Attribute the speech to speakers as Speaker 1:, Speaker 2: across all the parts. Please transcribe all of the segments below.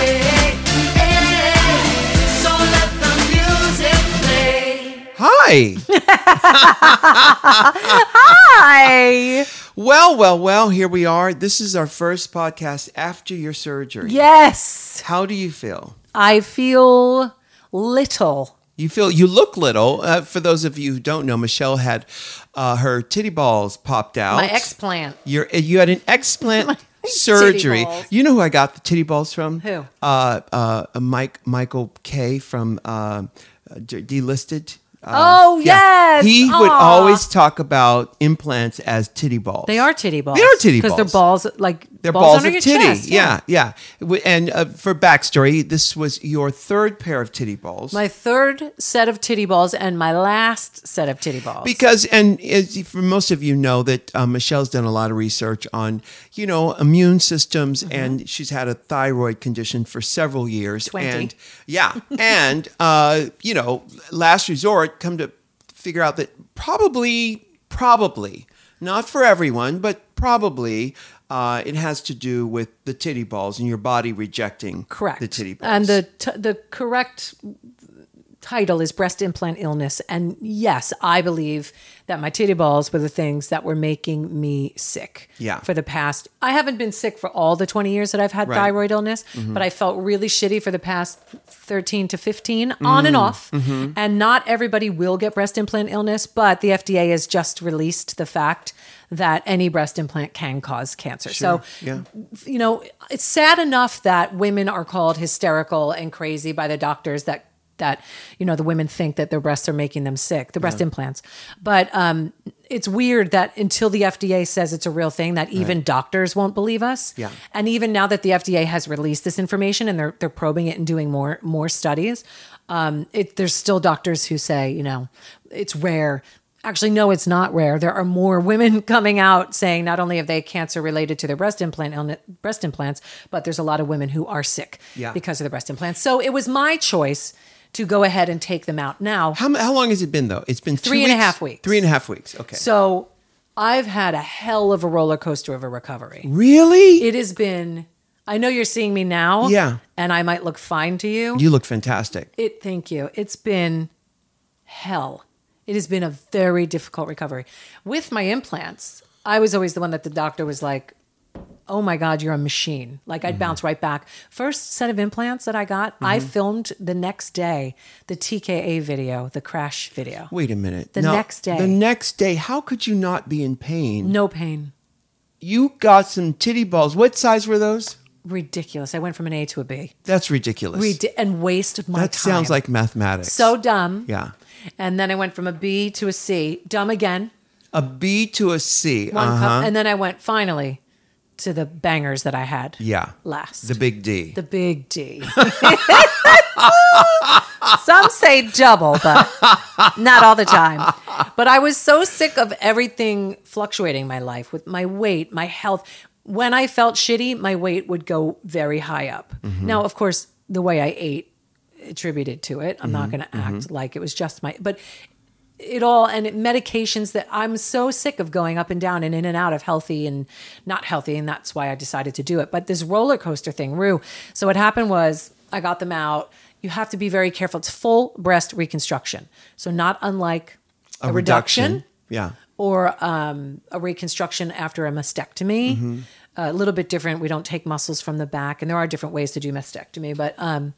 Speaker 1: Hi.
Speaker 2: Hi.
Speaker 1: Well, well, well, here we are. This is our first podcast after your surgery.
Speaker 2: Yes.
Speaker 1: How do you feel?
Speaker 2: I feel little.
Speaker 1: You feel you look little. Uh, for those of you who don't know, Michelle had uh, her titty balls popped out.
Speaker 2: My explant.
Speaker 1: Your uh, you had an explant surgery.
Speaker 2: balls.
Speaker 1: You know who I got the titty balls from?
Speaker 2: Who?
Speaker 1: Uh, uh, Mike Michael K from uh, D- Delisted. Uh,
Speaker 2: Oh, yes.
Speaker 1: He would
Speaker 2: Aw.
Speaker 1: always talk about implants as titty balls.
Speaker 2: They are titty balls.
Speaker 1: They are titty
Speaker 2: Because they're balls like
Speaker 1: They're
Speaker 2: balls,
Speaker 1: balls,
Speaker 2: under
Speaker 1: of
Speaker 2: your
Speaker 1: titty.
Speaker 2: chest.
Speaker 1: yeah, yeah. W- And uh, for backstory, this was your third pair of titty balls.
Speaker 2: My third set of titty balls and my last set of titty balls.
Speaker 1: because and as you- for most of you know that um, michelle's done a lot of research on you know immune systems
Speaker 2: Mm-hmm.
Speaker 1: and she's had a thyroid condition for several years
Speaker 2: 20.
Speaker 1: and yeah and uh, you know last resort come to figure out that probably probably not for everyone but probably uh, it has to do with the titty balls and your body rejecting
Speaker 2: correct.
Speaker 1: the titty balls
Speaker 2: And the t- the correct title is breast implant illness. And yes, I believe that my titty balls were the things that were making me sick.
Speaker 1: Yeah.
Speaker 2: For the past, I haven't been sick for all the 20 years that I've had
Speaker 1: Right. Mm-hmm.
Speaker 2: thyroid illness, but I felt really shitty for the past 13 to 15 on
Speaker 1: Mm-hmm.
Speaker 2: and off. And not everybody will get breast implant illness, but the FDA has just released the fact that any breast implant can cause cancer. So
Speaker 1: yeah
Speaker 2: you know, it's sad enough that women are called hysterical and crazy by the doctors that that you know the women think that their breasts are making them sick, the breast implants. But um, it's weird that until the FDA says it's a real thing, that even doctors won't believe us.
Speaker 1: Yeah.
Speaker 2: And even now that the FDA has released this information and they're they're probing it and doing more more studies, um, it, there's still doctors who say you know it's rare. Actually, no, it's not rare. There are more women coming out saying not only have they cancer related to their breast implant illness, breast implants, but there's a lot of women who are sick
Speaker 1: Yeah.
Speaker 2: because of the breast implants. So it was my choice to go ahead and take them out now.
Speaker 1: how, m- how long has it been though it's been
Speaker 2: Three
Speaker 1: two
Speaker 2: and a half weeks.
Speaker 1: three and a half weeks okay
Speaker 2: So I've had a hell of a roller coaster of a recovery.
Speaker 1: really
Speaker 2: It has been. I know you're seeing me now.
Speaker 1: Yeah.
Speaker 2: And I might look fine to you.
Speaker 1: you look fantastic
Speaker 2: It. Thank you. It's been hell. It has been a very difficult recovery. With my implants, I was always the one that the doctor was like, "Oh my God, you're a machine!" Like I'd bounce right back. First set of implants that I got, I filmed the next day the TKA video, the crash video.
Speaker 1: Wait a minute.
Speaker 2: The next day.
Speaker 1: The next day, how could you not be in pain?
Speaker 2: No pain.
Speaker 1: You got some titty balls. What size were those?
Speaker 2: Ridiculous. I went from an A to a B.
Speaker 1: That's ridiculous.
Speaker 2: Redi- and waste of my
Speaker 1: that
Speaker 2: time.
Speaker 1: sounds like mathematics.
Speaker 2: so dumb.
Speaker 1: yeah.
Speaker 2: And then I went from a B to a C, dumb again,
Speaker 1: A B to a C.
Speaker 2: one
Speaker 1: uh-huh.
Speaker 2: cup, and then I went finally to the bangers that I had
Speaker 1: Yeah.
Speaker 2: last.
Speaker 1: The big D.
Speaker 2: The big D. Some say double, but not all the time. But I was so sick of everything fluctuating in my life with my weight, my health. When I felt shitty, my weight would go very high up.
Speaker 1: Mm-hmm.
Speaker 2: Now, of course, the way I ate attributed to it. I'm not going to act like it was just my, but it all and it, medications that I'm so sick of going up and down and in and out of healthy and not healthy. And that's why I decided to do it. But this roller coaster thing, Rue. So what happened was I got them out. You have to be very careful. It's full breast reconstruction. So not unlike a, reduction
Speaker 1: Yeah.
Speaker 2: or um, a reconstruction after a mastectomy.
Speaker 1: Mm-hmm.
Speaker 2: a little bit different. We don't take muscles from the back, and there are different ways to do mastectomy, but um,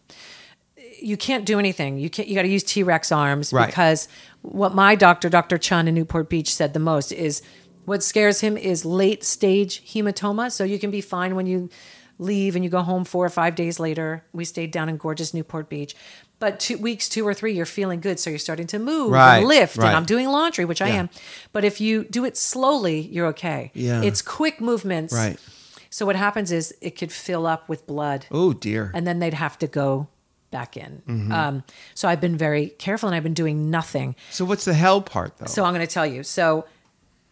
Speaker 2: you can't do anything. You can't. You got to use T Rex arms
Speaker 1: Right.
Speaker 2: because what my doctor, Dr. Chun in Newport Beach, said the most is what scares him is late stage hematoma. So you can be fine when you leave and you go home four or five days later. We stayed down in gorgeous Newport Beach. But two weeks, two or three, you're feeling good. So you're starting to move
Speaker 1: Right,
Speaker 2: and lift.
Speaker 1: right.
Speaker 2: And I'm doing laundry, which I am. But if you do it slowly, you're okay.
Speaker 1: Yeah.
Speaker 2: It's quick movements.
Speaker 1: Right.
Speaker 2: So what happens is it could fill up with blood
Speaker 1: Oh, dear.
Speaker 2: and then they'd have to go back in.
Speaker 1: Mm-hmm.
Speaker 2: Um, so I've been very careful and I've been doing nothing.
Speaker 1: So, what's the hell part, though?
Speaker 2: So I'm going to tell you. So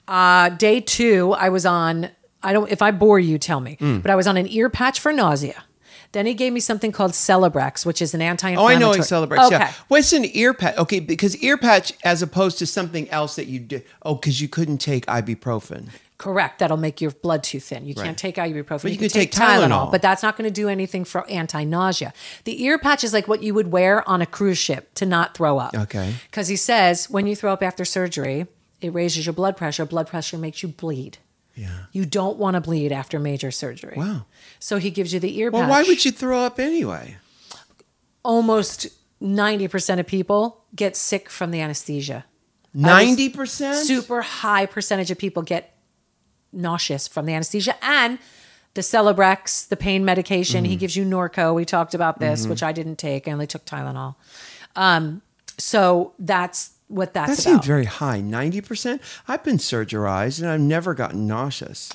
Speaker 2: uh, day two, I was on. I don't. If I bore you, tell me.
Speaker 1: Mm.
Speaker 2: But I was on an ear patch for nausea. Then he gave me something called Celebrex, which is an
Speaker 1: Oh,
Speaker 2: anti-inflammatory.
Speaker 1: I know it celebrates.
Speaker 2: Okay.
Speaker 1: Yeah. What's an ear patch? Okay, because ear patch, as opposed to something else that you did. Oh, because you couldn't take ibuprofen.
Speaker 2: Correct. That'll make your blood too thin. You
Speaker 1: Right.
Speaker 2: can't take ibuprofen.
Speaker 1: you
Speaker 2: can
Speaker 1: could take Tylenol.
Speaker 2: but that's not going to do anything for anti-nausea. The ear patch is like what you would wear on a cruise ship to not throw up.
Speaker 1: Okay.
Speaker 2: Because he says when you throw up after surgery, it raises your blood pressure. Blood pressure makes you bleed.
Speaker 1: Yeah.
Speaker 2: You don't want to bleed after major surgery.
Speaker 1: Wow.
Speaker 2: So he gives you the ear
Speaker 1: Well,
Speaker 2: patch.
Speaker 1: why would you throw up anyway?
Speaker 2: Almost ninety percent of people get sick from the anesthesia.
Speaker 1: Ninety percent.
Speaker 2: super high percentage of people get nauseous from the anesthesia and the Celebrex, the pain medication. He gives you Norco. We talked about this, which I didn't take. I only took Tylenol. Um, so that's what that's
Speaker 1: That
Speaker 2: about.
Speaker 1: seemed very high. Ninety percent. I've been surgerized and I've never gotten nauseous.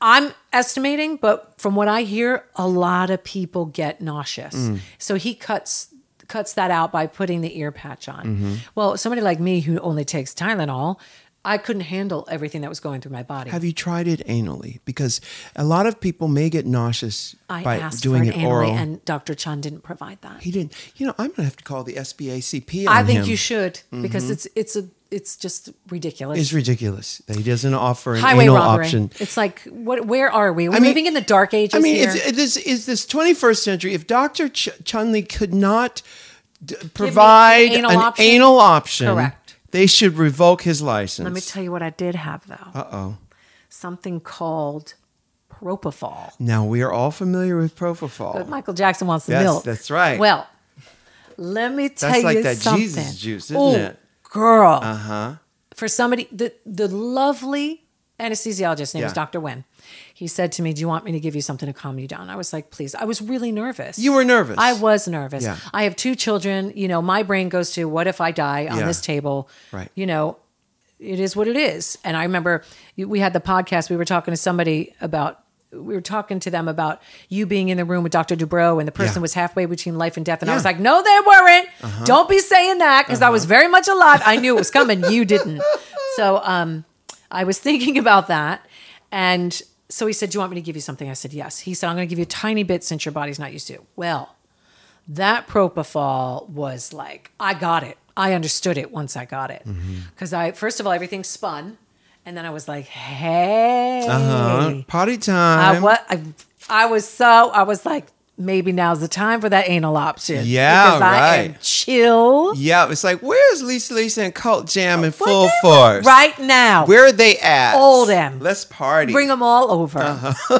Speaker 2: I'm estimating, but from what I hear, a lot of people get nauseous. So he cuts cuts that out by putting the ear patch on. Well, somebody like me who only takes Tylenol, I couldn't handle everything that was going through my body.
Speaker 1: Have you tried it anally? Because a lot of people may get nauseous
Speaker 2: I
Speaker 1: by
Speaker 2: asked
Speaker 1: doing
Speaker 2: for an
Speaker 1: it
Speaker 2: anal,
Speaker 1: oral.
Speaker 2: and Dr. Chan didn't provide that.
Speaker 1: he didn't. You know, I'm gonna have to call the SBACP. On
Speaker 2: I think
Speaker 1: him. Mm-hmm.
Speaker 2: you should because it's it's a it's just ridiculous.
Speaker 1: It's ridiculous that he doesn't offer an
Speaker 2: Highway
Speaker 1: anal
Speaker 2: robbery.
Speaker 1: option.
Speaker 2: It's like what? Where are we? We're
Speaker 1: mean-
Speaker 2: living in the dark ages.
Speaker 1: I mean,
Speaker 2: here.
Speaker 1: if, if this is this 21st century. If Dr. Ch- Chunli could not d- provide
Speaker 2: anal
Speaker 1: an
Speaker 2: option?
Speaker 1: anal option,
Speaker 2: Correct.
Speaker 1: they should revoke his license.
Speaker 2: Let me tell you what I did have though. Uh oh. Something called propofol.
Speaker 1: now we are all familiar with propofol.
Speaker 2: But Michael Jackson wants the
Speaker 1: Yes,
Speaker 2: milk.
Speaker 1: that's right.
Speaker 2: Well, let me tell
Speaker 1: like
Speaker 2: you
Speaker 1: that
Speaker 2: something.
Speaker 1: Jesus juice, isn't
Speaker 2: oh,
Speaker 1: it? Uh-huh.
Speaker 2: Girl. Uh huh. For somebody, the the lovely anesthesiologist his name was
Speaker 1: Yeah.
Speaker 2: Dr. Wen. He said to me, "Do you want me to give you something to calm you down?" I was like, "Please." I was really nervous.
Speaker 1: You were nervous.
Speaker 2: I was nervous.
Speaker 1: Yeah.
Speaker 2: I have two children. You know, my brain goes to what if I die on
Speaker 1: Yeah.
Speaker 2: this table?
Speaker 1: Right.
Speaker 2: You know, it is what it is. And I remember you- we had the podcast. We were talking to somebody about. We were talking to them about you being in the room with Dr. Dubrow, and the person
Speaker 1: Yeah.
Speaker 2: was halfway between life and death. And I
Speaker 1: Yeah.
Speaker 2: was
Speaker 1: Uh-huh.
Speaker 2: like, "No, they weren't. Don't be saying that because I was very much alive. I knew it was coming. you didn't." So, um, I was thinking about that. And so he said, Do you want me to give you something? I said, Yes. He said, I'm going to give you a tiny bit since your body's not used to it. Well, that propofol was like, I got it. I understood it once I got it.
Speaker 1: Mm-hmm.
Speaker 2: Because I, first of all, everything spun. And then I was like, Hey.
Speaker 1: uh-huh. Potty
Speaker 2: I,
Speaker 1: time.
Speaker 2: wa- I, I was so, I was like, Maybe now's the time for that anal option.
Speaker 1: Yeah,
Speaker 2: Because I am
Speaker 1: right.
Speaker 2: chill
Speaker 1: yeah, it's like, where's Lisa Lisa and Cult Jam in full
Speaker 2: Whatever.
Speaker 1: force?
Speaker 2: right now.
Speaker 1: Where are they at?
Speaker 2: All them.
Speaker 1: Let's party.
Speaker 2: Bring them all over.
Speaker 1: Uh-huh.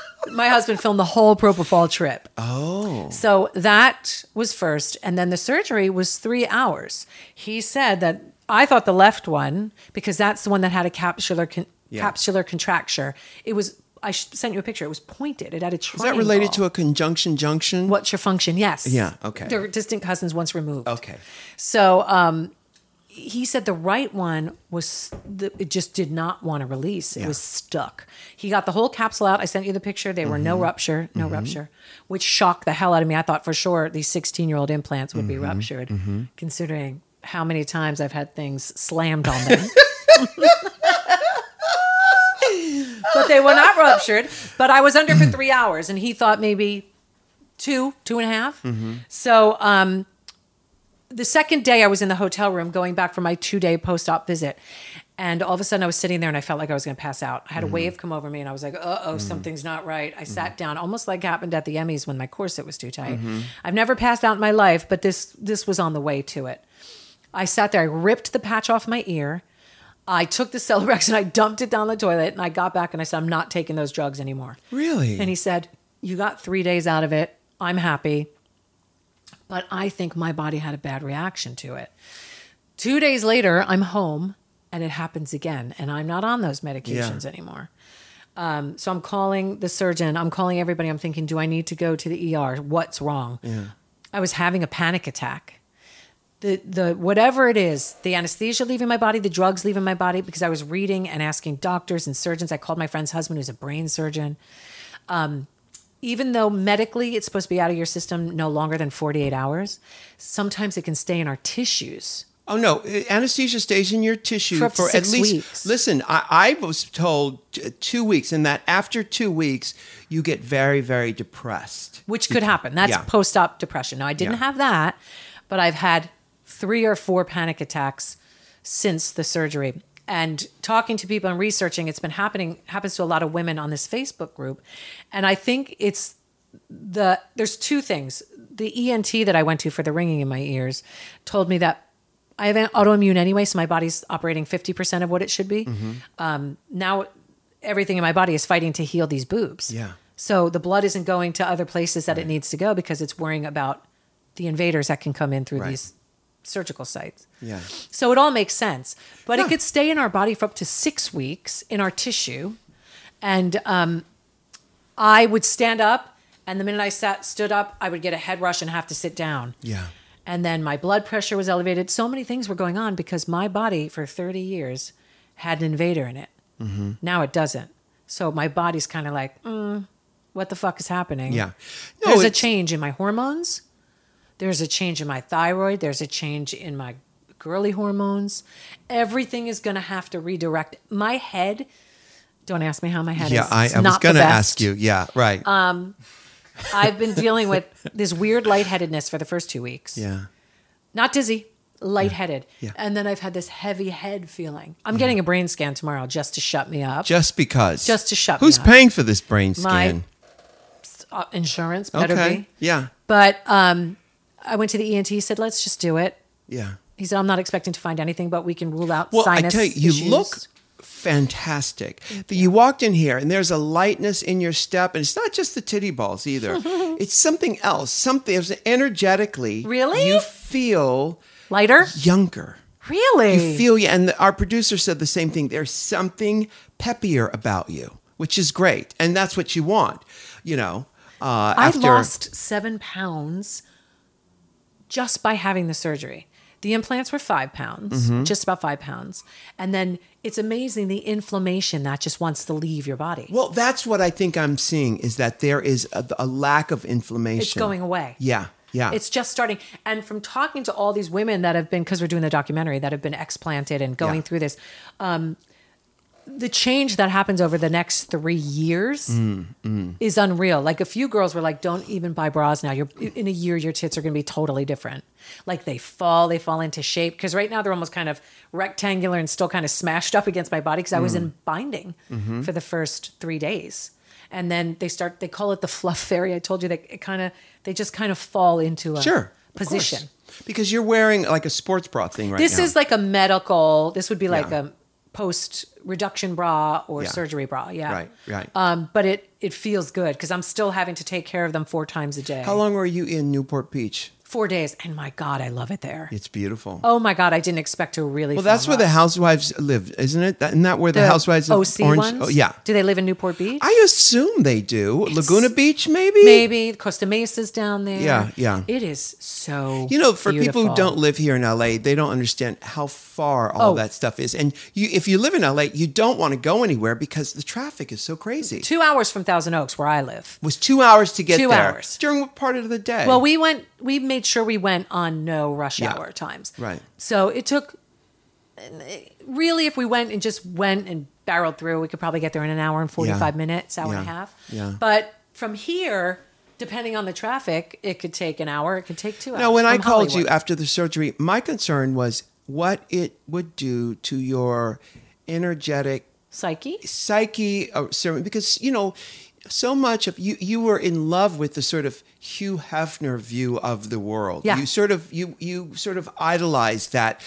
Speaker 2: My husband filmed the whole propofol trip.
Speaker 1: oh.
Speaker 2: So that was first. And then the surgery was three hours. He said that I thought the left one, because that's the one that had a capsular, con-
Speaker 1: Yeah.
Speaker 2: capsular contracture, it was, I sh- sent you a picture, it was pointed. It had a
Speaker 1: Is
Speaker 2: triangle.
Speaker 1: that related to a conjunction junction?
Speaker 2: What's your function? Yes.
Speaker 1: Yeah, okay.
Speaker 2: They're distant cousins once removed.
Speaker 1: Okay.
Speaker 2: So um, he said the right one was the, it just did not want to release. It was stuck. He got the whole capsule out. I sent you the picture. There were no rupture, no rupture, which shocked the hell out of me. I thought for sure these 16 year old implants would be ruptured, considering how many times I've had things slammed on them. but they were not ruptured. But I was under for three hours, and he thought maybe two, two and a half. So um, the second day I was in the hotel room going back from my two day post op visit. And all of a sudden I was sitting there and I felt like I was going to pass out. I had a wave come over me and I was like, uh oh, something's not right. I sat down almost like happened at the Emmys when my corset was too tight. I've never passed out in my life, but this, this was on the way to it. I sat there, I ripped the patch off my ear. I took the Celebrex and I dumped it down the toilet and I got back and I said, I'm not taking those drugs anymore.
Speaker 1: Really?
Speaker 2: And he said, You got three days out of it. I'm happy. But I think my body had a bad reaction to it. Two days later, I'm home and it happens again. And I'm not on those medications
Speaker 1: Yeah.
Speaker 2: anymore. Um, so I'm calling the surgeon. I'm calling everybody. I'm thinking, Do I need to go to the ER? What's wrong? I was having a panic attack the the whatever it is, the anesthesia leaving my body, the drugs leaving my body, because I was reading and asking doctors and surgeons. I called my friend's husband, who's a brain surgeon. Um, even though medically it's supposed to be out of your system no longer than 48 hours, sometimes it can stay in our tissues.
Speaker 1: Oh no! uh, Anesthesia stays in your tissue
Speaker 2: For
Speaker 1: for,
Speaker 2: up to
Speaker 1: at
Speaker 2: six
Speaker 1: least.
Speaker 2: weeks.
Speaker 1: Listen, I, I was told t- uh, two weeks, and that after two weeks, you get very, very depressed.
Speaker 2: which could happen. That's
Speaker 1: Yeah.
Speaker 2: post op depression. Now, I didn't
Speaker 1: Yeah.
Speaker 2: have that, but I've had three or four panic attacks since the surgery. and talking to people and researching it's been happening happens to a lot of women on this facebook group and i think it's the there's two things the ent that i went to for the ringing in my ears told me that i have an autoimmune anyway so my body's operating 50% of what it should be
Speaker 1: Mm-hmm.
Speaker 2: um, now everything in my body is fighting to heal these boobs
Speaker 1: Yeah.
Speaker 2: so the blood isn't going to other places that it needs to go because it's worrying about the invaders that can come in through
Speaker 1: Right.
Speaker 2: these surgical sites
Speaker 1: Yeah.
Speaker 2: so it all makes sense. But
Speaker 1: Yeah.
Speaker 2: it could stay in our body for up to six weeks in our tissue. And um, I would stand up, and the minute I sat, stood up, I would get a head rush and have to sit down.
Speaker 1: Yeah.
Speaker 2: And then my blood pressure was elevated. So many things were going on because my body for 30 years had an invader in it.
Speaker 1: Mm-hmm.
Speaker 2: Now it doesn't. So my body's kind of like, mm, what the fuck is happening?
Speaker 1: Yeah. No,
Speaker 2: There's a
Speaker 1: it's-
Speaker 2: change in my hormones. There's a change in my thyroid. There's a change in my girly hormones. Everything is going to have to redirect. My head, don't ask me how my head
Speaker 1: Yeah,
Speaker 2: is.
Speaker 1: I,
Speaker 2: It's
Speaker 1: I was
Speaker 2: not the
Speaker 1: going to
Speaker 2: best. Uh,
Speaker 1: ask you. Yeah, right.
Speaker 2: I've been dealing with this weird lightheadedness for the first two weeks.
Speaker 1: yeah.
Speaker 2: Not dizzy, lightheaded.
Speaker 1: Yeah.
Speaker 2: And then I've had this heavy head feeling. I'm getting a brain scan tomorrow just to shut me up.
Speaker 1: Just because.
Speaker 2: Just to shut me
Speaker 1: Who's
Speaker 2: up.
Speaker 1: paying for this brain
Speaker 2: My-
Speaker 1: scan?
Speaker 2: Uh, insurance, better
Speaker 1: okay.
Speaker 2: be.
Speaker 1: Yeah.
Speaker 2: But um, I went to the ENT, he said, let's just do it.
Speaker 1: Yeah.
Speaker 2: He said, I'm not expecting to find anything, but we can rule out
Speaker 1: Well,
Speaker 2: sinus
Speaker 1: I tell you, you
Speaker 2: issues."
Speaker 1: look fantastic. That you walked in here and there's a lightness in your step, and it's not just the titty balls either. it's something else. Something there's energetically.
Speaker 2: Really?
Speaker 1: You feel
Speaker 2: lighter.
Speaker 1: younger.
Speaker 2: Really?
Speaker 1: You feel you, and our producer said the same thing. There's something peppier about you, which is great, and that's what you want. You know, uh,
Speaker 2: I
Speaker 1: after
Speaker 2: lost seven pounds just by having the surgery. The implants were five pounds,
Speaker 1: Mm-hmm.
Speaker 2: just about five pounds. And then it's amazing the inflammation that just wants to leave your body.
Speaker 1: well, that's what I think I'm seeing is that there is a, a lack of inflammation.
Speaker 2: It's going away.
Speaker 1: Yeah, yeah.
Speaker 2: It's just starting. And from talking to all these women that have been, because we're doing the documentary, that have been explanted and going
Speaker 1: Yeah.
Speaker 2: through this, um, the change that happens over the next three years is unreal. Like a few girls were like, "Don't even buy bras now. You're in a year, your tits are going to be totally different. Like they fall, they fall into shape. Because right now they're almost kind of rectangular and still kind of smashed up against my body. Because I was in
Speaker 1: Mm-hmm.
Speaker 2: binding for the first three days, and then they start. They call it the fluff fairy. I told you that it kind of they just kind of fall into a
Speaker 1: sure of course.
Speaker 2: position.
Speaker 1: because you're wearing like a sports bra thing right
Speaker 2: This
Speaker 1: now.
Speaker 2: is like a medical. This would be like
Speaker 1: Yeah.
Speaker 2: a post reduction bra or
Speaker 1: Yeah.
Speaker 2: surgery bra. Yeah.
Speaker 1: Right, right.
Speaker 2: Um, but it it feels good because I'm still having to take care of them four times a day.
Speaker 1: How long were you in Newport Beach?
Speaker 2: Four days, and my God, I love it there.
Speaker 1: It's beautiful.
Speaker 2: Oh uh-huh. my God, I didn't expect to really.
Speaker 1: well, that's where the housewives live, isn't it? That- Isn't that where the, housewives of
Speaker 2: OC
Speaker 1: Orange?
Speaker 2: ones.
Speaker 1: Oh, yeah.
Speaker 2: Do they live in Newport Beach?
Speaker 1: I assume they do. Laguna Beach, maybe.
Speaker 2: Maybe Costa Mesa's down there.
Speaker 1: Yeah, yeah.
Speaker 2: It is so.
Speaker 1: You know, for people who
Speaker 2: beautiful.
Speaker 1: don't live here in LA, they don't understand how far all
Speaker 2: Oh.
Speaker 1: that stuff is. And you, if you live in LA, you don't want to go anywhere because the traffic is so crazy.
Speaker 2: two hours from Thousand Oaks, where I live.
Speaker 1: it was two hours to get
Speaker 2: Two
Speaker 1: there.
Speaker 2: hours.
Speaker 1: During what part of the day?
Speaker 2: Well, we went. We made sure we went on no rush
Speaker 1: Yeah.
Speaker 2: hour times.
Speaker 1: Right.
Speaker 2: So it took. Really, if we went and just went and barreled through, we could probably get there in an hour and forty-five minutes, hour and
Speaker 1: Yeah.
Speaker 2: a half.
Speaker 1: Yeah.
Speaker 2: But from here, depending on the traffic, it could take an hour. It could take two hours.
Speaker 1: Now, when I
Speaker 2: from
Speaker 1: called you
Speaker 2: Hollywood.
Speaker 1: after the surgery, my concern was what it would do to your energetic
Speaker 2: psyche,
Speaker 1: psyche uh, ceremony because you know so much of you you were in love with the sort of Hugh Hefner view of the world.
Speaker 2: Yeah.
Speaker 1: You sort of you you sort of idolized that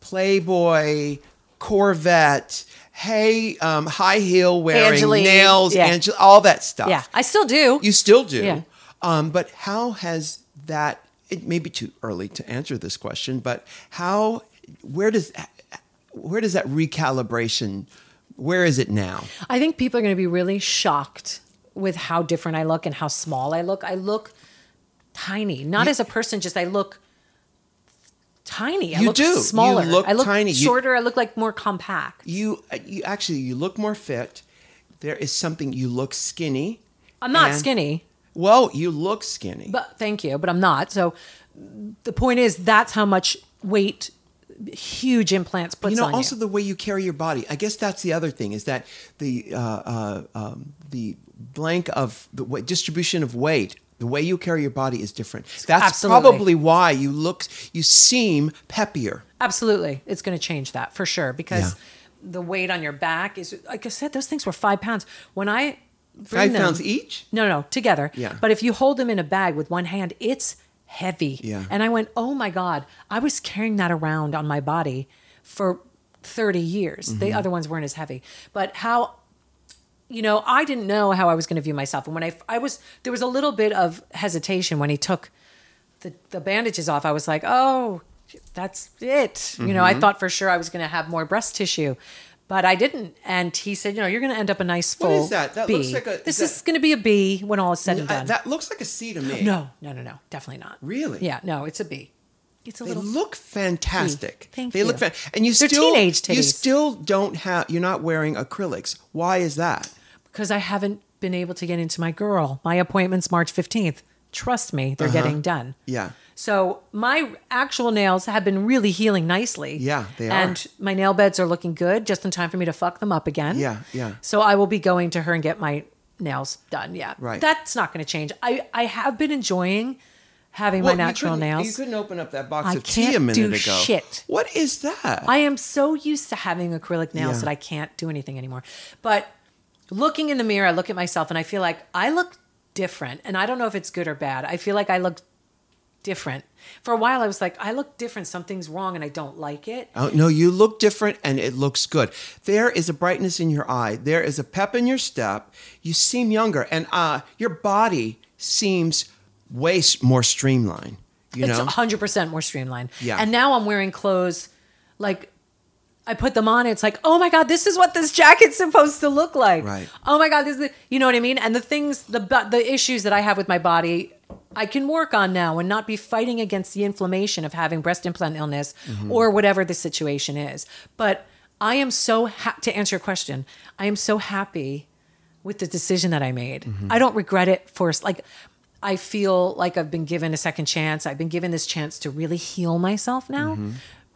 Speaker 1: playboy Corvette, hey, um, high heel wearing
Speaker 2: Angelique,
Speaker 1: nails,
Speaker 2: yeah.
Speaker 1: Angel, all that stuff.
Speaker 2: yeah, I still do.
Speaker 1: You still do.
Speaker 2: Yeah.
Speaker 1: Um, but how has that, it may be too early to answer this question, but how, where does, where does that recalibration, where is it now?
Speaker 2: I think people are going to be really shocked with how different I look and how small I look. I look tiny, not as a person, just I look tiny. I
Speaker 1: You
Speaker 2: look
Speaker 1: do. You
Speaker 2: smaller.
Speaker 1: look
Speaker 2: I look
Speaker 1: tiny. You-
Speaker 2: shorter. I look like more compact.
Speaker 1: You, you actually, you look more fit. There is something, you look skinny.
Speaker 2: I'm not
Speaker 1: And-
Speaker 2: skinny,
Speaker 1: Well, you look skinny.
Speaker 2: but thank you, but I'm not. So the point is, that's how much weight huge implants puts
Speaker 1: you know,
Speaker 2: on
Speaker 1: also
Speaker 2: you.
Speaker 1: the way you carry your body. I guess that's the other thing is that the uh, uh, um, the blank of the wa distribution of weight, the way you carry your body is different. That's
Speaker 2: Absolutely.
Speaker 1: probably why you look, you seem peppier.
Speaker 2: Absolutely. It's going to change that for sure because the weight on your back is like I said, those things were five pounds. When I bring
Speaker 1: Five
Speaker 2: them-
Speaker 1: pounds each?
Speaker 2: No, no, together.
Speaker 1: Yeah.
Speaker 2: But if you hold them in a bag with one hand, it's heavy.
Speaker 1: Yeah.
Speaker 2: And I went, oh my God, I was carrying that around on my body for 30 years. The
Speaker 1: Mm-hmm.
Speaker 2: other ones weren't as heavy. But how, you know, I didn't know how I was going to view myself. And when I, I was, there was a little bit of hesitation when he took the, the bandages off. I was like, oh, that's it. You know,
Speaker 1: Mm-hmm.
Speaker 2: I thought for sure I was going to have more breast tissue. But I didn't, and he said, "You know, you're going to end up a nice full
Speaker 1: What is that? That
Speaker 2: B.
Speaker 1: looks like a-
Speaker 2: This
Speaker 1: that-
Speaker 2: is going to be a B when all is said and
Speaker 1: I-
Speaker 2: done.
Speaker 1: uh, that looks like a C to me.
Speaker 2: no, no, no, no, definitely not.
Speaker 1: Really?
Speaker 2: Yeah, no, it's a B. It's a
Speaker 1: They
Speaker 2: little.
Speaker 1: look fantastic.
Speaker 2: Mm, thank
Speaker 1: they look
Speaker 2: you.
Speaker 1: fan- and you
Speaker 2: They're
Speaker 1: still
Speaker 2: teenage
Speaker 1: you
Speaker 2: titties.
Speaker 1: still don't have you're not wearing acrylics. Why is that?
Speaker 2: because I haven't been able to get into my girl. My appointment's March 15th. Trust me, they're
Speaker 1: Uh-huh.
Speaker 2: getting done.
Speaker 1: Yeah.
Speaker 2: So my actual nails have been really healing nicely.
Speaker 1: Yeah, they are.
Speaker 2: And my nail beds are looking good, just in time for me to fuck them up again.
Speaker 1: Yeah, yeah.
Speaker 2: So I will be going to her and get my nails done. Yeah,
Speaker 1: Right.
Speaker 2: That's not going to change. I I have been enjoying having my
Speaker 1: you
Speaker 2: natural
Speaker 1: couldn't-
Speaker 2: nails.
Speaker 1: You couldn't open up that box
Speaker 2: I
Speaker 1: of tea a
Speaker 2: can't
Speaker 1: minute
Speaker 2: do
Speaker 1: ago.
Speaker 2: shit.
Speaker 1: What is that?
Speaker 2: I am so used to having acrylic nails
Speaker 1: Yeah.
Speaker 2: that I can't do anything anymore. But looking in the mirror, I look at myself and I feel like I look different. And I don't know if it's good or bad. I feel like I look different. For a while, I was like, I look different. Something's wrong and I don't like it.
Speaker 1: Oh, no, you look different and it looks good. There is a brightness in your eye. There is a pep in your step. You seem younger and uh, your body seems way s- more streamlined. You
Speaker 2: it's
Speaker 1: know?
Speaker 2: 100% more streamlined.
Speaker 1: Yeah.
Speaker 2: And now I'm wearing clothes like I put them on. It's like, oh my God, this is what this jacket's supposed to look like.
Speaker 1: Right.
Speaker 2: Oh my God, this is, the, you know what I mean? And the things, the, bu- the issues that I have with my body, I can work on now and not be fighting against the inflammation of having breast implant illness
Speaker 1: Mm-hmm.
Speaker 2: or whatever the situation is. But I am so, ha- to answer your question, I am so happy with the decision that I made. I don't regret it for like I feel like I've been given a second chance. I've been given this chance to really heal myself now.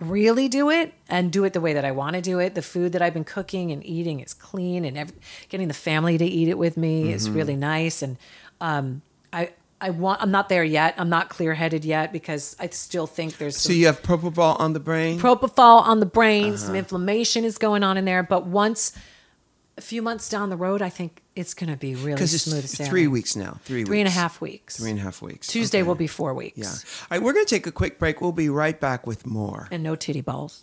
Speaker 2: Really do it and do it the way that I want to do it. The food that I've been cooking and eating is clean and ev- getting the family to eat it with me is really nice and um I I want I'm not there yet. I'm not clear-headed yet because I still think there's
Speaker 1: so you have purple ball on the brain?
Speaker 2: propofol on the brain, some
Speaker 1: Uh-huh.
Speaker 2: inflammation is going on in there. But once a few months down the road, I think it's going to be really
Speaker 1: Because it's
Speaker 2: smooth
Speaker 1: th-
Speaker 2: sailing.
Speaker 1: three weeks now. Three,
Speaker 2: Three
Speaker 1: weeks.
Speaker 2: and a half weeks.
Speaker 1: Three and a half weeks.
Speaker 2: Tuesday
Speaker 1: Okay.
Speaker 2: will be four weeks.
Speaker 1: Yeah. All right, we're going to take a quick break. We'll be right back with more.
Speaker 2: And no titty balls.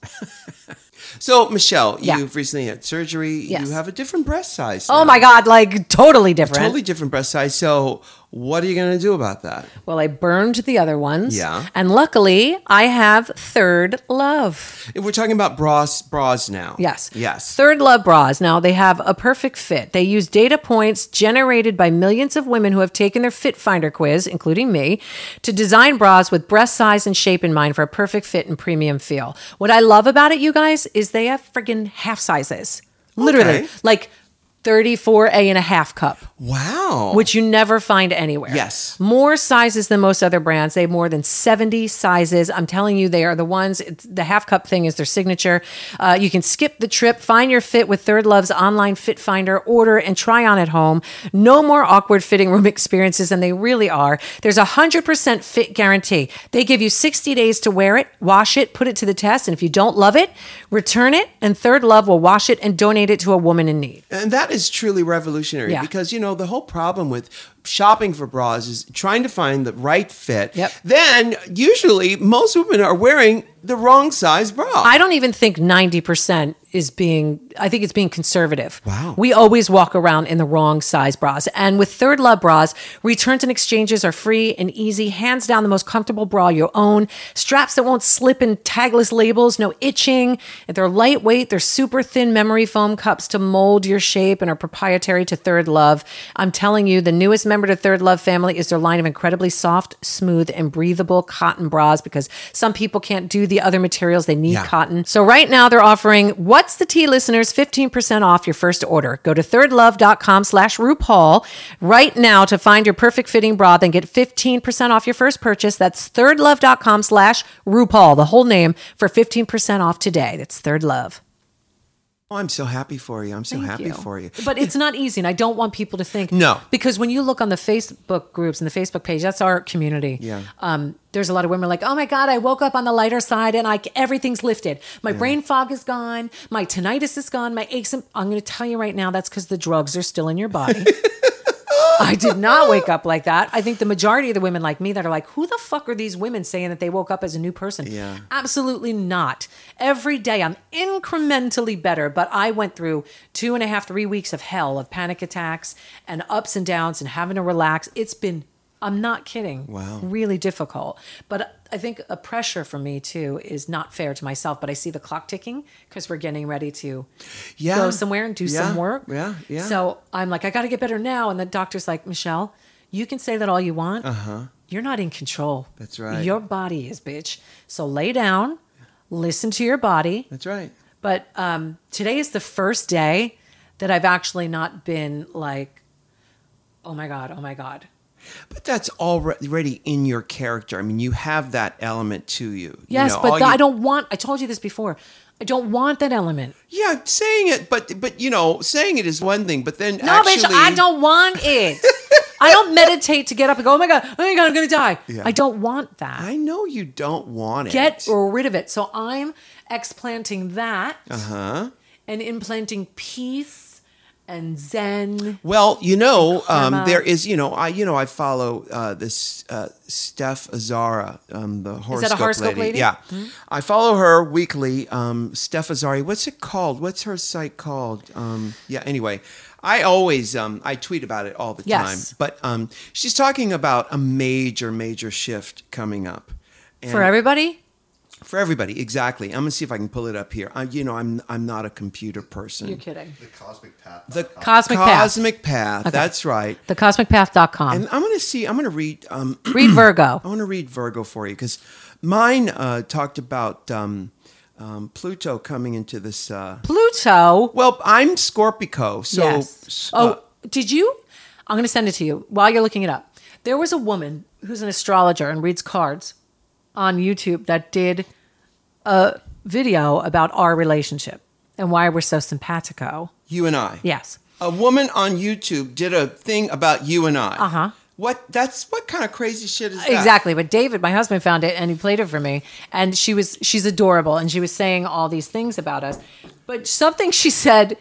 Speaker 1: So, Michelle,
Speaker 2: Yeah.
Speaker 1: you've recently had surgery.
Speaker 2: Yes.
Speaker 1: You have a different breast size.
Speaker 2: Oh
Speaker 1: now.
Speaker 2: my God, like totally different.
Speaker 1: Totally different breast size. So, what are you going to do about that?
Speaker 2: Well, I burned the other ones.
Speaker 1: Yeah.
Speaker 2: And luckily, I have Third Love.
Speaker 1: We're talking about bras, bras now.
Speaker 2: Yes.
Speaker 1: Yes.
Speaker 2: Third Love bras. Now, they have a perfect fit. They use data points generated by millions of women who have taken their Fit Finder quiz, including me, to design bras with breast size and shape in mind for a perfect fit and premium feel. What I love about it, you guys, is they have friggin' half sizes. Literally.
Speaker 1: Okay.
Speaker 2: Like 34 A and a half cup.
Speaker 1: Wow.
Speaker 2: which you never find anywhere.
Speaker 1: Yes.
Speaker 2: More sizes than most other brands. They have more than 70 sizes. I'm telling you, they are the ones. It's, the half cup thing is their signature. Uh, you can skip the trip, find your fit with Third Love's online fit finder, order and try on at home. No more awkward fitting room experiences, and they really are. There's a 100% fit guarantee. They give you 60 days to wear it, wash it, put it to the test, and if you don't love it, return it, and Third Love will wash it and donate it to a woman in need.
Speaker 1: And that is truly revolutionary
Speaker 2: Yeah.
Speaker 1: because you know the whole problem with shopping for bras is trying to find the right fit.
Speaker 2: Yep.
Speaker 1: Then usually most women are wearing the wrong size bra.
Speaker 2: I don't even think 90% is being, I think it's being conservative.
Speaker 1: Wow.
Speaker 2: We always walk around in the wrong size bras. And with Third Love bras, returns and exchanges are free and easy. Hands down, the most comfortable bra you'll own. Straps that won't slip and tagless labels, no itching. And They're lightweight. They're super thin memory foam cups to mold your shape and are proprietary to Third Love. I'm telling you, the newest member to Third Love family is their line of incredibly soft, smooth, and breathable cotton bras because some people can't do the other materials. They need
Speaker 1: Yeah.
Speaker 2: cotton. So right now they're offering What's the Tea listeners 15% off your first order. Go to thirdlove.com slash RuPaul right now to find your perfect fitting bra, then get 15% off your first purchase. That's thirdlove.com slash RuPaul, the whole name for 15% off today. That's Third Love.
Speaker 1: Oh, I'm so happy for you. I'm so
Speaker 2: Thank
Speaker 1: happy
Speaker 2: you.
Speaker 1: for you.
Speaker 2: But it's not easy, and I don't want people to think
Speaker 1: No.
Speaker 2: Because when you look on the Facebook groups and the Facebook page, that's our community.
Speaker 1: Yeah.
Speaker 2: Um, there's a lot of women like, oh my god, I woke up on the lighter side, and I everything's lifted. My brain fog is gone. My tinnitus is gone. My aches. And, I'm going to tell you right now, that's because the drugs are still in your body. I did not wake up like that. I think the majority of the women like me that are like, who the fuck are these women saying that they woke up as a new person?
Speaker 1: Yeah.
Speaker 2: Absolutely not. Every day I'm incrementally better, but I went through two and a half, three weeks of hell of panic attacks and ups and downs and having to relax. It's been, I'm not kidding.
Speaker 1: Wow.
Speaker 2: Really difficult. But I think a pressure for me too is not fair to myself, but I see the clock ticking because we're getting ready to
Speaker 1: Yeah.
Speaker 2: go somewhere and do some
Speaker 1: Yeah.
Speaker 2: work.
Speaker 1: Yeah. Yeah.
Speaker 2: So I'm like, I got to get better now. And the doctor's like, Michelle, you can say that all you want. Uh huh. You're not in control.
Speaker 1: Uh-huh. That's right.
Speaker 2: Your body is, bitch. So lay down, listen to your body.
Speaker 1: That's right.
Speaker 2: But um, today is the first day that I've actually not been like, oh my God, oh my God.
Speaker 1: But that's already in your character. I mean, you have that element to you. You
Speaker 2: Yes,
Speaker 1: know,
Speaker 2: but
Speaker 1: all
Speaker 2: th-
Speaker 1: you-
Speaker 2: I don't want, I told you this before. I don't want that element.
Speaker 1: Yeah, I'm saying it, but but you know, saying it is one thing, but then
Speaker 2: No,
Speaker 1: actually,
Speaker 2: bitch, I don't want it. I don't meditate to get up and go, oh my God, oh my God, I'm going to die.
Speaker 1: Yeah.
Speaker 2: I don't want that.
Speaker 1: I know you don't want it.
Speaker 2: Get rid of it. So I'm explanting that
Speaker 1: Uh-huh.
Speaker 2: and implanting peace and zen.
Speaker 1: Well, you know, um,
Speaker 2: karma.
Speaker 1: there is, you know, I, you know, I follow uh, this uh, Steph Azara, um, the horoscope,
Speaker 2: that a horoscope lady?
Speaker 1: lady.
Speaker 2: Hmm?
Speaker 1: Yeah, I follow her weekly. Um, Steph Azari, what's it called? What's her site called? Um, yeah. Anyway, I always um, I tweet about it all the
Speaker 2: Yes.
Speaker 1: time. But um, she's talking about a major, major shift coming up. And
Speaker 2: For everybody?
Speaker 1: for everybody, exactly. I'm gonna see if I can pull it up here. I, you know, I'm I'm not a computer person.
Speaker 2: You're kidding.
Speaker 3: The cosmic path.
Speaker 1: The
Speaker 2: Cosmic Path.
Speaker 1: Cosmic Path. That's right.
Speaker 2: Thecosmicpath.com.
Speaker 1: And I'm going to see. I'm going to read. Um,
Speaker 2: Read Virgo.
Speaker 1: I want to read Virgo for you because mine uh, talked about um, um, Pluto coming into this. Uh,
Speaker 2: Pluto.
Speaker 1: well, I'm Scorpico, so
Speaker 2: yes.
Speaker 1: s-
Speaker 2: Oh,
Speaker 1: uh,
Speaker 2: did you? I'm going to send it to you while you're looking it up. There was a woman who's an astrologer and reads cards on YouTube that did a video about our relationship and why we're so simpatico.
Speaker 1: you and I.
Speaker 2: Yes.
Speaker 1: A woman on YouTube did a thing about you and I. Uh
Speaker 2: Uh-huh.
Speaker 1: What? That's what kind of crazy shit is that?
Speaker 2: Exactly. But David, my husband, found it and he played it for me. And she was she's adorable and she was saying all these things about us. But something she said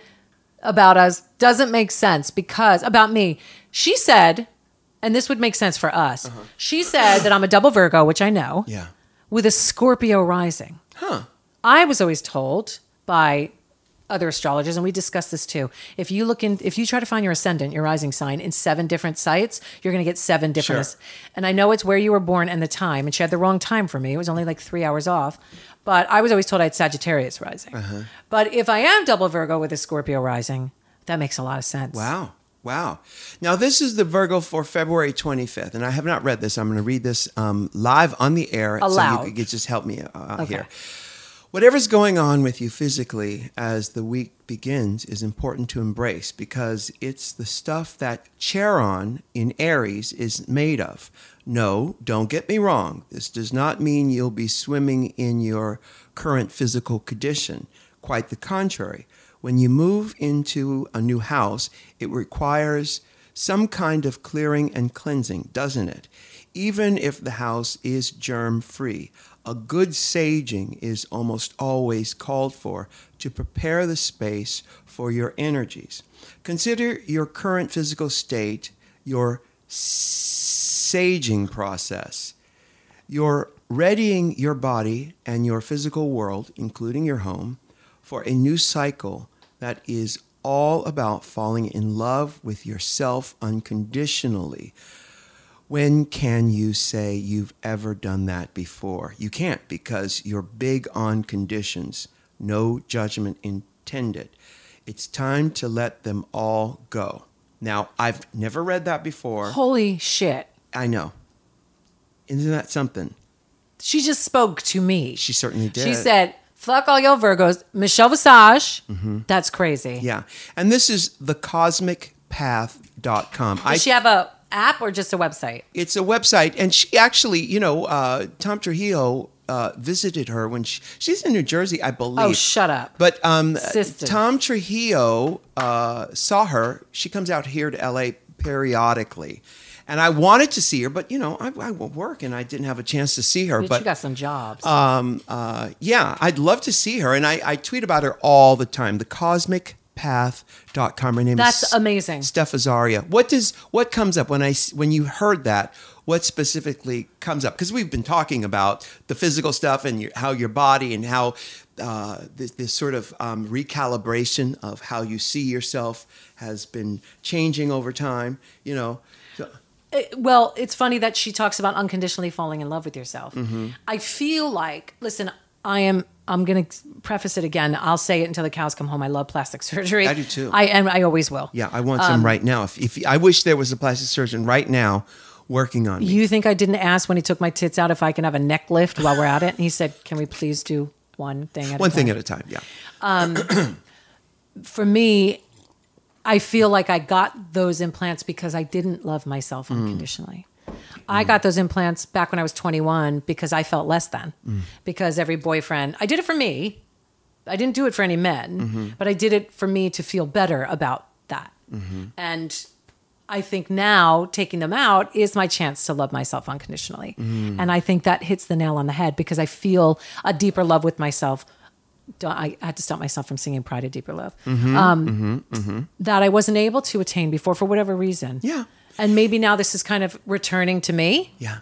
Speaker 2: about us doesn't make sense because about me, she said, and this would make sense for us, she said that I'm a double Virgo, which I know,
Speaker 1: Uh-huh. Yeah.
Speaker 2: with a Scorpio rising.
Speaker 1: Huh.
Speaker 2: I was always told by other astrologers, and we discussed this too. If you look in, if you try to find your ascendant, your rising sign in seven different sites, you're going to get seven different.
Speaker 1: Sure.
Speaker 2: And I know it's where you were born and the time. And she had the wrong time for me. It was only like three hours off. But I was always told I had Sagittarius rising.
Speaker 1: Uh-huh.
Speaker 2: But if I am double Virgo with a Scorpio rising, that makes a lot of sense.
Speaker 1: Wow. Wow. Now, this is the Virgo for February 25th, and I have not read this. I'm going to read this um, live on the air. So
Speaker 2: Aloud.
Speaker 1: you could- could just help me uh,
Speaker 2: Okay.
Speaker 1: here. Whatever's going on with you physically as the week begins is important to embrace because it's the stuff that Charon in Aries is made of. No, don't get me wrong. This does not mean you'll be swimming in your current physical condition. Quite the contrary. When you move into a new house, it requires some kind of clearing and cleansing, doesn't it? Even if the house is germ free, a good saging is almost always called for to prepare the space for your energies. Consider your current physical state, your saging process. You're readying your body and your physical world, including your home, for a new cycle that is all about falling in love with yourself unconditionally. When can you say you've ever done that before? You can't because you're big on conditions, no judgment intended. It's time to let them all go. Now, I've never read that before.
Speaker 2: Holy shit.
Speaker 1: I know. Isn't that something?
Speaker 2: She just spoke to me.
Speaker 1: She certainly did.
Speaker 2: She said, fuck all your Virgos. Michelle Visage, that's crazy.
Speaker 1: Mm-hmm. Yeah. And this is thecosmicpath.com. I,
Speaker 2: Does she have a app or just a website?
Speaker 1: it's a website. And she actually, you know, uh, Tom Trujillo uh, visited her when she, she's in New Jersey, I believe.
Speaker 2: Oh, shut up.
Speaker 1: But um,
Speaker 2: Sisters.
Speaker 1: Tom Trujillo uh, saw her. She comes out here to LA periodically. And I wanted to see her, but you know, I, I work and I didn't have a chance to see her.
Speaker 2: But,
Speaker 1: but
Speaker 2: you got some jobs.
Speaker 1: um, uh, yeah, I'd love to see her. And I, I tweet about her all the time. The cosmicpath.com. Her name is
Speaker 2: That's amazing.
Speaker 1: Steph Azaria. What does what comes up when I s- when you heard that? What specifically comes up? Because we've been talking about the physical stuff and your, how your body and how uh, this, this sort of um, recalibration of how you see yourself has been changing over time. You know, So-
Speaker 2: It- well, it's funny that she talks about unconditionally falling in love with yourself.
Speaker 1: Mm-hmm.
Speaker 2: I feel like, listen, I am. I'm going to preface it again. I'll say it until the cows come home. I love plastic surgery.
Speaker 1: I do too.
Speaker 2: I and I always will.
Speaker 1: yeah, I want
Speaker 2: Um,
Speaker 1: some right now. If, if I wish there was a plastic surgeon right now working on me.
Speaker 2: You think I didn't ask when he took my tits out if I can have a neck lift while we're at it? And he said, "Can we please do one thing at a
Speaker 1: one
Speaker 2: time?"
Speaker 1: thing at a time. Yeah.
Speaker 2: for me, I feel like I got those implants because I didn't love myself unconditionally. I got those implants back when I was 21 because I felt less than. Because every boyfriend, I did it for me. I didn't do it for any men, but I did it for me to feel better about that. And I think now taking them out is my chance to love myself unconditionally. And I think that hits the nail on the head because I feel a deeper love with myself. Don't- I had to stop myself from singing Pride of Deeper Love Um, that I wasn't able to attain before for whatever reason.
Speaker 1: Yeah.
Speaker 2: And maybe now this is kind of returning to me
Speaker 1: Yeah.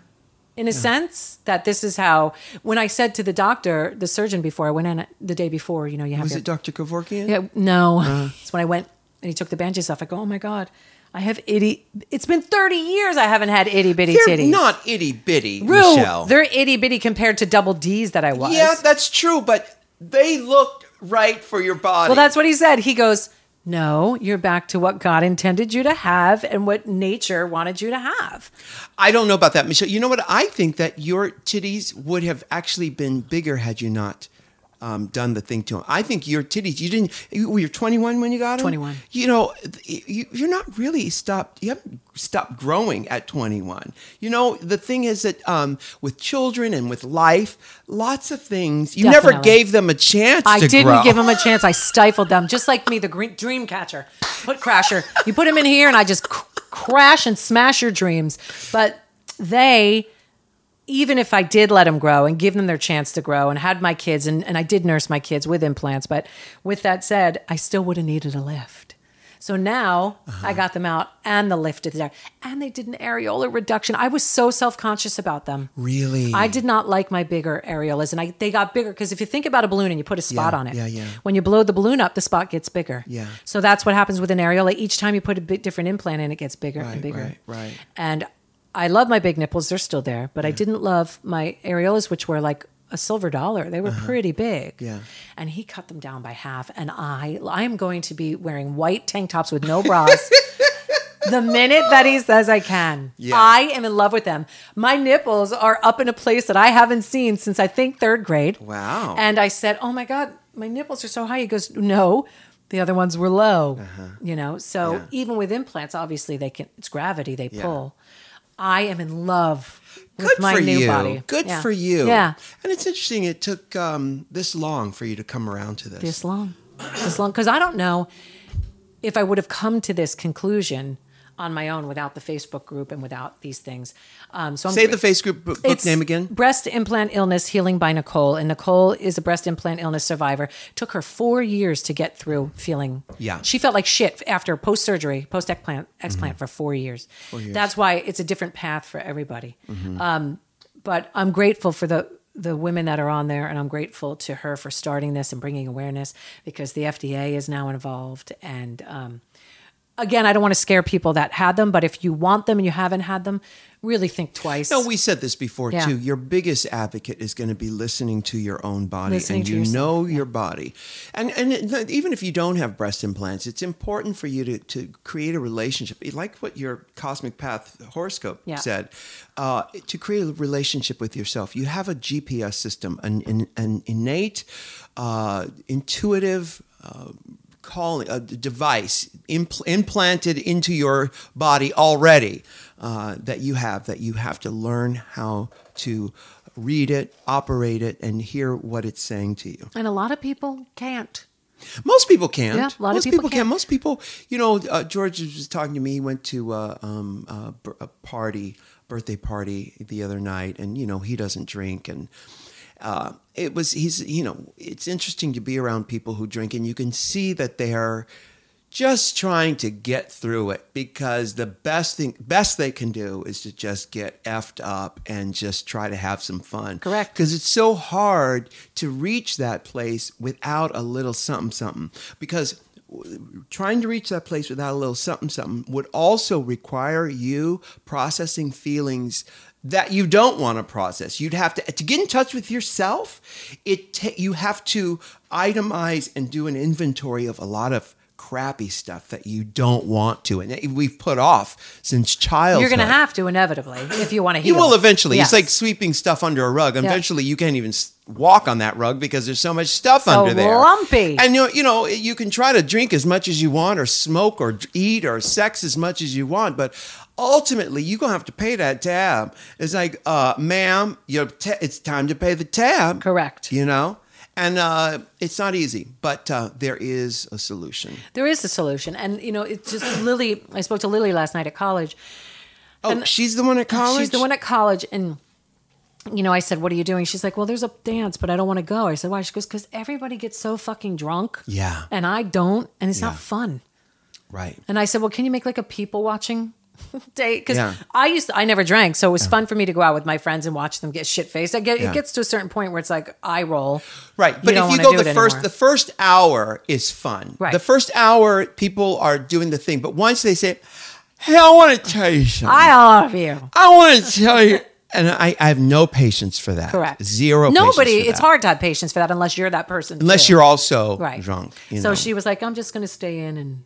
Speaker 2: in a sense that this is how, when I said to the doctor, the surgeon before I went in the day before, you know, you have
Speaker 1: Was Uh-huh.
Speaker 2: your,
Speaker 1: it Dr. Kevorkian?
Speaker 2: yeah, no, it's when I went and he took the bandages off. I go, oh my God, I have itty. It's been 30 years I haven't had itty bitty
Speaker 1: They're
Speaker 2: titties.
Speaker 1: not itty bitty,
Speaker 2: Rue,
Speaker 1: Michelle.
Speaker 2: They're itty bitty compared to double D's that I was.
Speaker 1: Yeah, that's true, but they looked right for your body.
Speaker 2: Well, that's what he said. He goes, No, you're back to what God intended you to have and what nature wanted you to have.
Speaker 1: I don't know about that, Michelle. You know what? I think that your titties would have actually been bigger had you not um, done the thing to them. I think your titties. You didn't. You, were you 21 when you got them?
Speaker 2: 21.
Speaker 1: You know, th- you, you're not really stopped. You haven't stopped growing at 21. You know, the thing is that um, with children and with life, lots of things you never
Speaker 2: Definitely.
Speaker 1: gave them a chance.
Speaker 2: I
Speaker 1: to
Speaker 2: didn't
Speaker 1: grow.
Speaker 2: give him a chance. I stifled them, just like me, the green dream catcher, put crasher. You put him in here, and I just cr- crash and smash your dreams. But they, even if I did let them grow and give them their chance to grow, and had my kids, and, and I did nurse my kids with implants. But with that said, I still would have needed a lift. So now
Speaker 1: Uh-huh.
Speaker 2: I got them out and the lift is there. And they did an areola reduction. I was so self conscious about them.
Speaker 1: Really?
Speaker 2: I did not like my bigger areolas, and I they got bigger because if you think about a balloon and you put a spot
Speaker 1: Yeah,
Speaker 2: on it,
Speaker 1: yeah, yeah.
Speaker 2: when you blow the balloon up, the spot gets bigger.
Speaker 1: Yeah.
Speaker 2: So that's what happens with an areola. Each time you put a bit different implant in, it gets bigger
Speaker 1: Right,
Speaker 2: and bigger.
Speaker 1: right, right.
Speaker 2: And I love my big nipples; they're still there, but I didn't love my areolas, which were like a silver dollar. They were pretty big.
Speaker 1: Uh-huh. Yeah.
Speaker 2: And he cut them down by half, and I I am going to be wearing white tank tops with no bras. the minute that he says I can.
Speaker 1: Yeah.
Speaker 2: I am in love with them. My nipples are up in a place that I haven't seen since I think third grade.
Speaker 1: Wow.
Speaker 2: And I said, Oh my God, my nipples are so high. He goes, No, the other ones were low. You know, so
Speaker 1: Uh-huh. Yeah.
Speaker 2: even with implants, obviously they can, it's gravity, they
Speaker 1: Yeah.
Speaker 2: pull. I am in love with
Speaker 1: Good
Speaker 2: my
Speaker 1: for
Speaker 2: new
Speaker 1: you.
Speaker 2: body.
Speaker 1: Good
Speaker 2: Yeah.
Speaker 1: for you.
Speaker 2: Yeah.
Speaker 1: And it's interesting. It took um, this long for you to come around to this.
Speaker 2: this long this long because i don't know if i would have come to this conclusion on my own without the facebook group and without these things um, so I'm
Speaker 1: Say the face group book, book
Speaker 2: It's
Speaker 1: name again.
Speaker 2: Breast Implant Illness Healing by Nicole. And Nicole is a breast implant illness survivor. Took her four years to get through feeling.
Speaker 1: Yeah.
Speaker 2: She felt like shit after post surgery, post explant, explant for four years. four years. That's why it's a different path for everybody.
Speaker 1: Mm-hmm.
Speaker 2: Um, but I'm grateful for the the women that are on there and I'm grateful to her for starting this and bringing awareness because the FDA is now involved and um, again I don't want to scare people that had them but if you want them and you haven't had them really think twice
Speaker 1: No, we said this before
Speaker 2: Yeah.
Speaker 1: too. Your biggest advocate is going to be listening to your own body,
Speaker 2: Listening
Speaker 1: and
Speaker 2: to
Speaker 1: you
Speaker 2: yourself,
Speaker 1: know your body. And and it- even if you don't have breast implants, it's important for you to to create a relationship, like what your cosmic path horoscope
Speaker 2: Yeah.
Speaker 1: said, uh, to create a relationship with yourself. You have a GPS system, an an, an innate, uh, intuitive. Uh, calling a device impl- implanted into your body already uh, that you have that you have to learn how to read it, operate it, and hear what it's saying to you.
Speaker 2: And a lot of people can't.
Speaker 1: Most people can't.
Speaker 2: Yeah, a lot of
Speaker 1: Most
Speaker 2: people can't.
Speaker 1: Most people, you know, uh, George was just talking to me. He went to uh, um, uh, b- a party, birthday party the other night, and you know he doesn't drink, and uh, it was he's you know it's interesting to be around people who drink, and you can see that they are just trying to get through it because the best thing best they can do is to just get effed up and just try to have some fun
Speaker 2: Correct.
Speaker 1: because it's so hard to reach that place without a little something something because w- trying to reach that place without a little something something would also require you processing feelings that you don't want to process you'd have to to get in touch with yourself it ta- you have to itemize and do an inventory of a lot of crappy stuff that you don't want to and that we've put off since childhood
Speaker 2: You're going to have to inevitably if you want to
Speaker 1: you
Speaker 2: heal.
Speaker 1: will eventually.
Speaker 2: Yes.
Speaker 1: It's like sweeping stuff under a rug. Eventually, you can't even s- walk on that rug because there's so much stuff under there.
Speaker 2: lumpy.
Speaker 1: And you you know you can try to drink as much as you want, or smoke, or d- eat, or sex as much as you want, but ultimately you're gonna have to pay that tab. It's like, uh, ma'am, your ta- it's time to pay the tab.
Speaker 2: Correct.
Speaker 1: You know. And uh, it's not easy, but uh, there is a solution.
Speaker 2: there is a solution. And, you know, it's just Lily. I spoke to Lily last night at college.
Speaker 1: Oh, she's the one at college.
Speaker 2: She's the one at college. And, you know, I said, What are you doing? She's like, Well, there's a dance, but I don't want to go. I said, Why? She goes, Because everybody gets so fucking drunk.
Speaker 1: Yeah.
Speaker 2: And I don't. And it's
Speaker 1: Yeah.
Speaker 2: not fun.
Speaker 1: Right.
Speaker 2: And I said, Well, can you make like a people watching day? Because
Speaker 1: Yeah.
Speaker 2: I used to, I never drank. So it was fun for me to go out with my friends and watch them get shit faced. I get,
Speaker 1: Yeah.
Speaker 2: It gets to a certain point where it's like, I roll.
Speaker 1: Right, but
Speaker 2: don't
Speaker 1: if you
Speaker 2: wanna
Speaker 1: go
Speaker 2: do
Speaker 1: the
Speaker 2: it
Speaker 1: first,
Speaker 2: anymore.
Speaker 1: the first hour is fun.
Speaker 2: Right.
Speaker 1: The first hour, people are doing the thing, but once they say, "Hey, I want to tell you something," I,
Speaker 2: I love you.
Speaker 1: want to tell you, and I, I have no patience for that.
Speaker 2: Correct.
Speaker 1: Zero.
Speaker 2: Nobody.
Speaker 1: patience for
Speaker 2: It's
Speaker 1: that.
Speaker 2: hard to have patience for that unless you're that person.
Speaker 1: unless
Speaker 2: too.
Speaker 1: you're also
Speaker 2: right
Speaker 1: drunk. You
Speaker 2: so
Speaker 1: know?
Speaker 2: she was like, "I'm just going to stay in and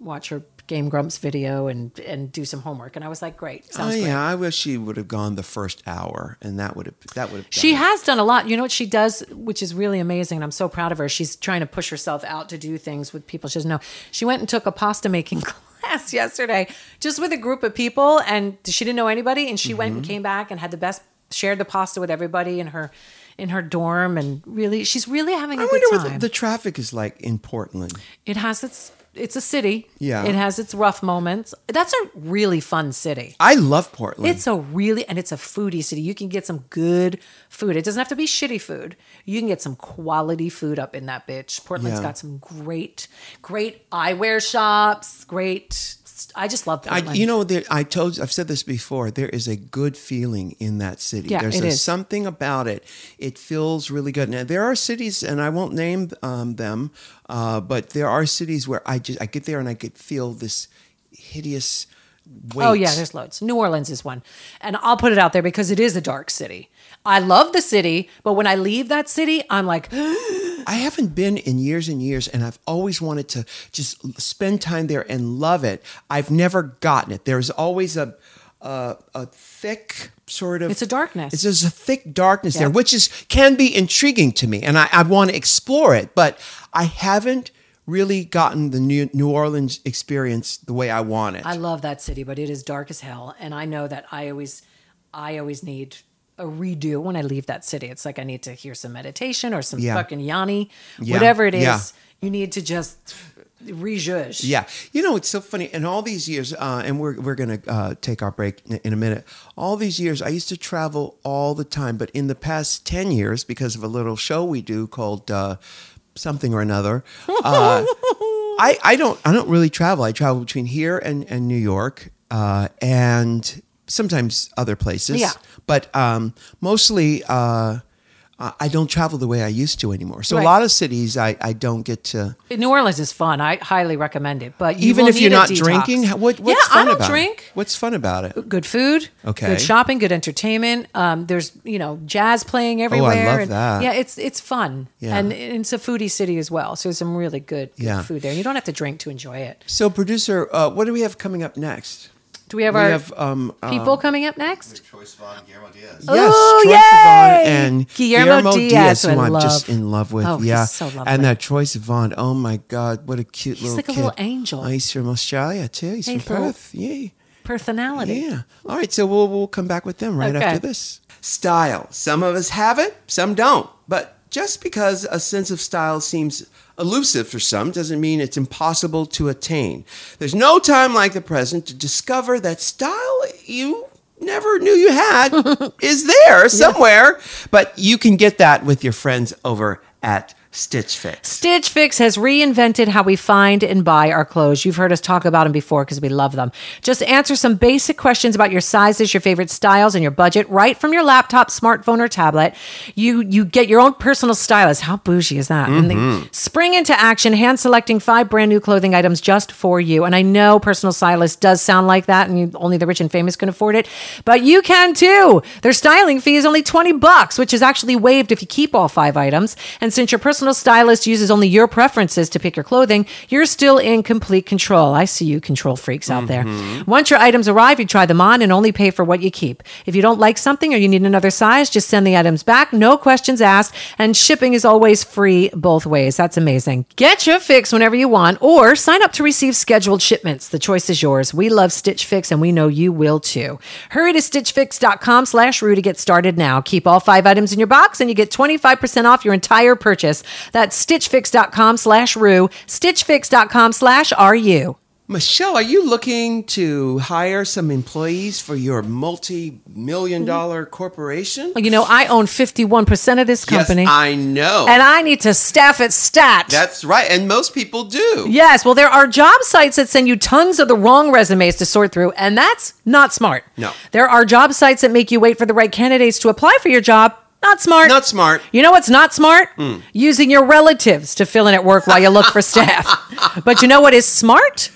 Speaker 2: watch her Game Grumps video and and do some homework." And I was like, "Great,
Speaker 1: Oh
Speaker 2: sounds great."
Speaker 1: yeah, I wish she would have gone the first hour, and that would have that would have.
Speaker 2: She
Speaker 1: done it.
Speaker 2: has done a lot. You know what she does, which is really amazing, and I'm so proud of her. She's trying to push herself out to do things with people she doesn't know. She went and took a pasta making class yesterday, just with a group of people, and she didn't know anybody. And she went
Speaker 1: Mm-hmm.
Speaker 2: and came back and had the best, shared the pasta with everybody in her in her dorm, and really, she's really having a
Speaker 1: I
Speaker 2: good
Speaker 1: wonder
Speaker 2: time.
Speaker 1: what the, the traffic is like in Portland.
Speaker 2: It has its. It's a city.
Speaker 1: Yeah.
Speaker 2: It has its rough moments. That's a really fun city.
Speaker 1: I love Portland.
Speaker 2: It's a really and it's a foodie city. You can get some good food. It doesn't have to be shitty food. You can get some quality food up in that bitch. Portland's
Speaker 1: Yeah.
Speaker 2: got some great, great eyewear shops. Great. I just love
Speaker 1: I,
Speaker 2: Portland.
Speaker 1: you know, there, I told, I've said this before. There is a good feeling in that city.
Speaker 2: Yeah,
Speaker 1: There's
Speaker 2: it
Speaker 1: a,
Speaker 2: is.
Speaker 1: something about it. It feels really good. Now there are cities, and I won't name um, them, uh, but there are cities where I just I get there and I could feel this hideous weight.
Speaker 2: Oh yeah, there's loads. New Orleans is one, and I'll put it out there because it is a dark city. I love the city, but when I leave that city, I'm like,
Speaker 1: I haven't been in years and years, and I've always wanted to just l- spend time there and love it. I've never gotten it. There's always a a, a thick sort of
Speaker 2: It's a darkness.
Speaker 1: It's there's a thick darkness there,
Speaker 2: Yeah.
Speaker 1: which is can be intriguing to me, and I, I want to explore it, but I haven't really gotten the New, New Orleans experience the way I want it.
Speaker 2: I love that city, but it is dark as hell, and I know that I always, I always need a redo when I leave that city. It's like I need to hear some meditation or some
Speaker 1: Yeah.
Speaker 2: fucking Yanni,
Speaker 1: Yeah.
Speaker 2: whatever it is.
Speaker 1: Yeah.
Speaker 2: You need to just rejudge.
Speaker 1: Yeah, you know it's so funny. In all these years, uh, and we're we're gonna uh, take our break in, in a minute. All these years, I used to travel all the time, but in the past ten years, because of a little show we do called uh, something or another, uh, I I don't I don't really travel. I travel between here and and New York, uh, and sometimes other places.
Speaker 2: Yeah.
Speaker 1: but um, mostly. Uh, I I don't travel the way I used to anymore. So a
Speaker 2: Right.
Speaker 1: lot of cities I, I don't get to.
Speaker 2: New Orleans is fun. I highly recommend it. But you
Speaker 1: even
Speaker 2: will
Speaker 1: if you're
Speaker 2: need a
Speaker 1: not
Speaker 2: detox.
Speaker 1: drinking how- what, what's
Speaker 2: yeah,
Speaker 1: fun
Speaker 2: I don't
Speaker 1: about
Speaker 2: drink.
Speaker 1: it? what's fun about it
Speaker 2: Good food,
Speaker 1: Okay.
Speaker 2: Good shopping, good entertainment. Um, there's you know jazz playing everywhere.
Speaker 1: Oh, love
Speaker 2: and-
Speaker 1: that.
Speaker 2: Yeah, it's it's fun,
Speaker 1: Yeah.
Speaker 2: and it's a foodie city as well. So there's some really good, good
Speaker 1: Yeah.
Speaker 2: food there. You don't have to drink to enjoy it.
Speaker 1: so producer uh, what do we have coming up next
Speaker 2: Do we have
Speaker 1: we
Speaker 2: our
Speaker 1: have um uh,
Speaker 2: people coming up next?
Speaker 3: Troy Sivan, Guillermo Diaz.
Speaker 1: Yes,
Speaker 2: Ooh,
Speaker 1: Troye
Speaker 2: yay!
Speaker 1: Sivan and
Speaker 2: Guillermo Diaz, who
Speaker 1: who
Speaker 2: I
Speaker 1: I'm just
Speaker 2: love.
Speaker 1: in love with.
Speaker 2: Oh, he's
Speaker 1: yeah,
Speaker 2: so lovely.
Speaker 1: and that Troy Sivan. Oh my God, what a cute
Speaker 2: He's
Speaker 1: little
Speaker 2: like a
Speaker 1: kid.
Speaker 2: little angel.
Speaker 1: Oh, he's from Australia too. He's
Speaker 2: Hey,
Speaker 1: from
Speaker 2: Phil.
Speaker 1: Perth. Yay.
Speaker 2: personality.
Speaker 1: Yeah. All right. So we'll we'll come back with them right
Speaker 2: Okay.
Speaker 1: after this. Style. Some of us have it, some don't. But just because a sense of style seems elusive for some doesn't mean it's impossible to attain. There's no time like the present to discover that style you never knew you had is there somewhere, but you can get that with your friends over at Stitch Fix.
Speaker 2: Stitch Fix has reinvented how we find and buy our clothes. You've heard us talk about them before because we love them. Just answer some basic questions about your sizes, your favorite styles, and your budget right from your laptop, smartphone, or tablet. You you get your own personal stylist. How bougie is that? And
Speaker 1: Mm-hmm.
Speaker 2: they spring into action, hand selecting five brand new clothing items just for you. And I know personal stylist does sound like that, and you, only the rich and famous can afford it, but you can too. Their styling fee is only twenty bucks, which is actually waived if you keep all five items. And since your personal stylist uses only your preferences to pick your clothing, you're still in complete control. I see you control freaks out there. Once your items arrive, you try them on and only pay for what you keep. If you don't like something or you need another size, just send the items back, no questions asked, and shipping is always free both ways. That's amazing. Get your fix whenever you want or sign up to receive scheduled shipments. The choice is yours. We love Stitch Fix and we know you will too. Hurry to stitchfix.com slash rue to get started now. Keep all five items in your box and you get 25% off your entire purchase. That's stitchfix.com slash rue, stitchfix.com slash RU.
Speaker 1: Michelle, are you looking to hire some employees for your multi-million dollar corporation?
Speaker 2: Well, you know, I own 51% of this company
Speaker 1: Yes, I know.
Speaker 2: and I need to staff it stat.
Speaker 1: That's right. And most people do.
Speaker 2: Yes, well, there are job sites that send you tons of the wrong resumes to sort through, and that's not smart.
Speaker 1: No.
Speaker 2: There are job sites that make you wait for the right candidates to apply for your job. Not smart.
Speaker 1: Not smart.
Speaker 2: You know what's not smart? Using your relatives to fill in at work while you look for staff. But you know what is smart?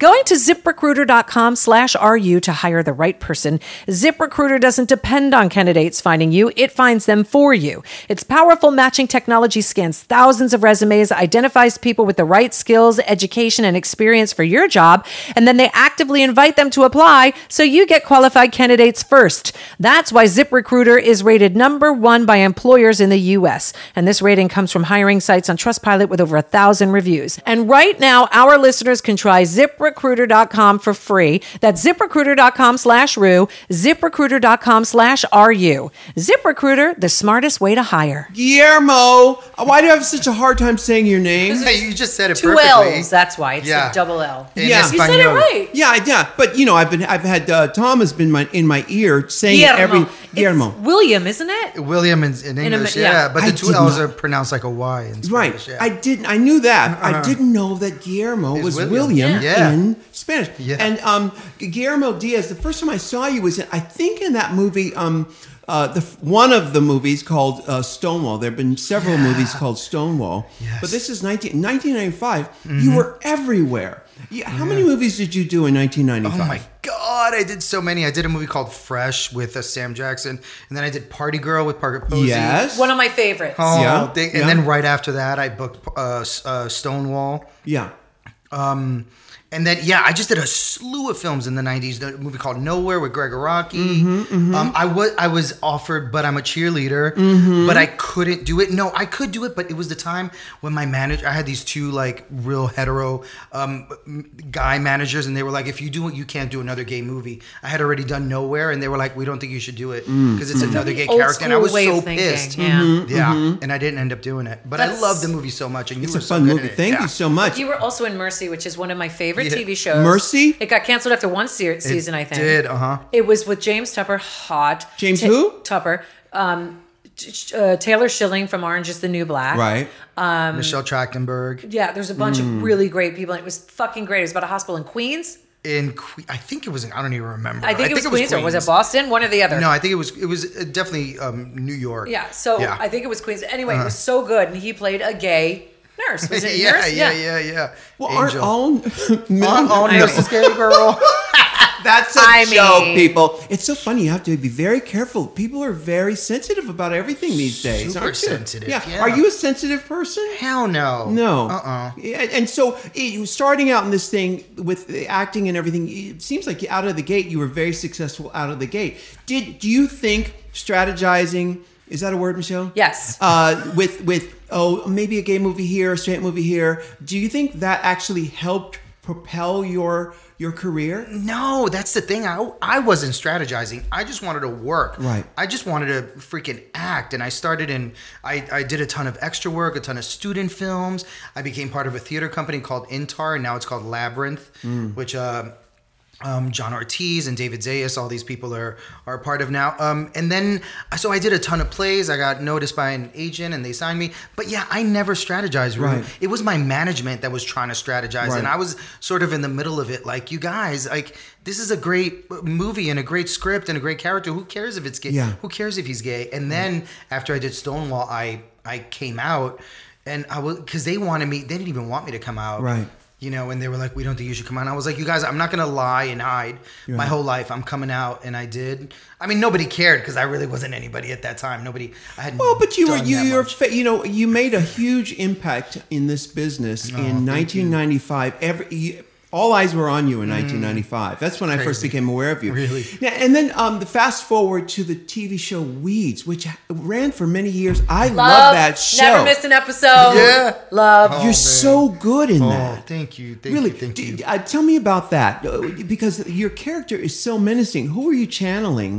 Speaker 2: Going to ziprecruiter.com slash RU to hire the right person. ZipRecruiter doesn't depend on candidates finding you, it finds them for you. Its powerful matching technology scans thousands of resumes, identifies people with the right skills, education, and experience for your job, and then they actively invite them to apply so you get qualified candidates first. That's why ZipRecruiter is rated number one by employers in the U.S. And this rating comes from hiring sites on Trustpilot with over a thousand reviews. And right now, our listeners can try ZipRecruiter.com for free. That's ZipRecruiter.com slash Rue, ZipRecruiter.com slash RU. ZipRecruiter, the smartest way to hire.
Speaker 1: Guillermo, why do you have such a hard time saying your name?
Speaker 3: Hey, you just said it
Speaker 2: Two
Speaker 3: perfectly.
Speaker 2: L's, that's why. It's
Speaker 3: Yeah.
Speaker 2: a double L.
Speaker 3: In
Speaker 1: Yeah.
Speaker 2: You said it
Speaker 3: Espanol.
Speaker 2: right.
Speaker 1: Yeah, I- yeah, but you know, I've been, I've had uh, Tom has been my, in my ear saying it every
Speaker 2: It's
Speaker 1: Guillermo.
Speaker 2: William, isn't it?
Speaker 3: William in,
Speaker 2: In
Speaker 3: in
Speaker 2: a-
Speaker 3: English,
Speaker 2: yeah.
Speaker 3: yeah. but the
Speaker 1: I
Speaker 3: two
Speaker 1: did
Speaker 3: L's
Speaker 1: not-
Speaker 3: are pronounced like a Y in Spanish.
Speaker 1: Right,
Speaker 3: Yeah.
Speaker 1: I oh didn't. I knew that. I didn't know that Guillermo
Speaker 3: Is
Speaker 1: was William,
Speaker 3: William. Yeah.
Speaker 1: in Spanish.
Speaker 3: Yeah.
Speaker 1: And um, Guillermo Diaz. The first time I saw you was, in, I think, in that movie. Um, uh, the one of the movies called uh, Stonewall. There have been several movies called Stonewall.
Speaker 3: Yes. Mm-hmm.
Speaker 1: But this is 19, 1995. You were everywhere. You, how many movies did you do in nineteen ninety
Speaker 3: Oh
Speaker 1: five?
Speaker 3: my god, I did so many. I did a movie called Fresh with uh, Sam Jackson, and then I did Party Girl with Parker Posey.
Speaker 1: Yes.
Speaker 2: One of my favorites.
Speaker 3: Oh,
Speaker 1: Yeah,
Speaker 3: they- and
Speaker 1: yeah.
Speaker 3: then right after that, I booked uh, S- uh, Stonewall.
Speaker 1: yeah.
Speaker 3: And then, yeah, I just did a slew of films in the '90s. The movie called Nowhere with Gregor Rocky.
Speaker 1: Mm-hmm,
Speaker 3: Um, I was I was offered, but I'm a cheerleader,
Speaker 1: Mm-hmm.
Speaker 3: but I couldn't do it. No, I could do it, but it was the time when my manager. I had these two like real hetero um, m- guy managers, and they were like, "If you do it, you can't do another gay movie." I had already done Nowhere, and they were like, "We don't think you should do it
Speaker 1: Mm,
Speaker 3: because it's another gay
Speaker 2: Old
Speaker 3: character." And I
Speaker 2: school
Speaker 3: was
Speaker 2: way
Speaker 3: so
Speaker 2: of thinking,
Speaker 3: pissed. Mm-hmm.
Speaker 2: yeah.
Speaker 3: Yeah, and I didn't end up doing it, but I
Speaker 2: That's-
Speaker 3: love the movie so much, and you
Speaker 1: Mm-hmm, It's a
Speaker 3: were so
Speaker 1: fun
Speaker 3: good
Speaker 1: movie.
Speaker 3: in it.
Speaker 1: Thank
Speaker 3: Yeah.
Speaker 1: you so much.
Speaker 2: You were also in Mercy, which is one of my favorite
Speaker 3: Yeah.
Speaker 2: TV shows.
Speaker 1: Mercy?
Speaker 2: It got canceled after one se- season, I think.
Speaker 3: Did uh huh.
Speaker 2: It was with James Tupper, hot.
Speaker 1: James
Speaker 2: Ta-
Speaker 1: who?
Speaker 2: Tupper. Um, t- sh- uh, Taylor Schilling from Orange is the New Black.
Speaker 1: Right.
Speaker 2: Mm-hmm.
Speaker 3: Michelle Trachtenberg
Speaker 2: Yeah, there's a bunch
Speaker 3: Mm.
Speaker 2: of really great people. It was fucking great. It was about a hospital in Queens.
Speaker 3: in Que- I think it was in, I don't even remember.
Speaker 2: I think, it, was Queens, or was it Boston? One or the other.
Speaker 3: No, I think it was it was uh, definitely um, New York.
Speaker 2: Yeah, so
Speaker 3: Yeah. Uh-huh.
Speaker 2: I think it was Queens. Anyway, it was so good. And he played a gay nurse. Was it
Speaker 3: yeah,
Speaker 2: nurse?
Speaker 3: yeah, yeah, yeah.
Speaker 1: Well, aren't
Speaker 3: Angel. Oh,
Speaker 1: all
Speaker 3: Aren't all
Speaker 2: I
Speaker 3: nurses gay, girl?
Speaker 1: That's a
Speaker 2: I
Speaker 1: joke,
Speaker 2: mean-
Speaker 1: people. It's so funny. You have to be very careful. People are very sensitive about everything these days.
Speaker 3: Super
Speaker 1: aren't you?
Speaker 3: sensitive, yeah.
Speaker 1: Are you a sensitive person?
Speaker 3: Hell no.
Speaker 1: No.
Speaker 3: Uh uh
Speaker 1: Yeah, And, so, it- you- starting out in this thing with the acting and everything, it seems like out of the gate you were very successful. Out of the gate, did do you think strategizing is that a word, Michelle?
Speaker 2: Yes.
Speaker 1: Uh, with with oh maybe a gay movie here, a straight movie here. Do you think that actually helped? propel your your career?
Speaker 3: No, that's the thing. I, I wasn't strategizing. I just wanted to work.
Speaker 1: Right.
Speaker 3: I just wanted to freaking act. And I started in, I, I did a ton of extra work, a ton of student films. I became part of a theater company called Intar, and now it's called Labyrinth,
Speaker 1: Mm.
Speaker 3: which um, um, John Ortiz and David Zayas, all these people are are part of now. Um, and then, so I did a ton of plays. I got noticed by an agent, and they signed me. But yeah, I never strategized. Rue.
Speaker 1: Right.
Speaker 3: It was my management that was trying to strategize,
Speaker 1: Right.
Speaker 3: and I was sort of in the middle of it. Like you guys, like this is a great uh, movie and a great script and a great character. Who cares if it's gay?
Speaker 1: Yeah.
Speaker 3: Who cares if he's gay? And then after I did Stonewall, I I came out, and I was because they wanted me. They didn't even want me to come out
Speaker 1: Right.
Speaker 3: you know, and they were like, "We don't think you should come out." And I was like, "You guys, I'm not gonna lie and hide my whole life. I'm coming out," and I did. I mean, nobody cared because I really wasn't anybody at that time. Nobody, I had.
Speaker 1: Well, but you were
Speaker 3: done
Speaker 1: you
Speaker 3: that
Speaker 1: your
Speaker 3: much.
Speaker 1: fa- you know you made a huge impact in this
Speaker 3: Oh,
Speaker 1: business in 1995. Every you, all eyes were on you in 1995. That's when I first
Speaker 3: Mm. Crazy.
Speaker 1: became aware of you.
Speaker 3: Really?
Speaker 1: Yeah, and then um, the fast forward to the TV show Weeds, which ran for many years. I love, that show.
Speaker 2: Never missed an episode.
Speaker 3: Yeah.
Speaker 2: Love.
Speaker 1: You're so good in
Speaker 3: Oh,
Speaker 1: that.
Speaker 3: thank you, thank
Speaker 1: Really,
Speaker 3: you, thank
Speaker 1: D-
Speaker 3: you.
Speaker 1: Uh, tell me about that uh, because your character is so menacing. Who are you channeling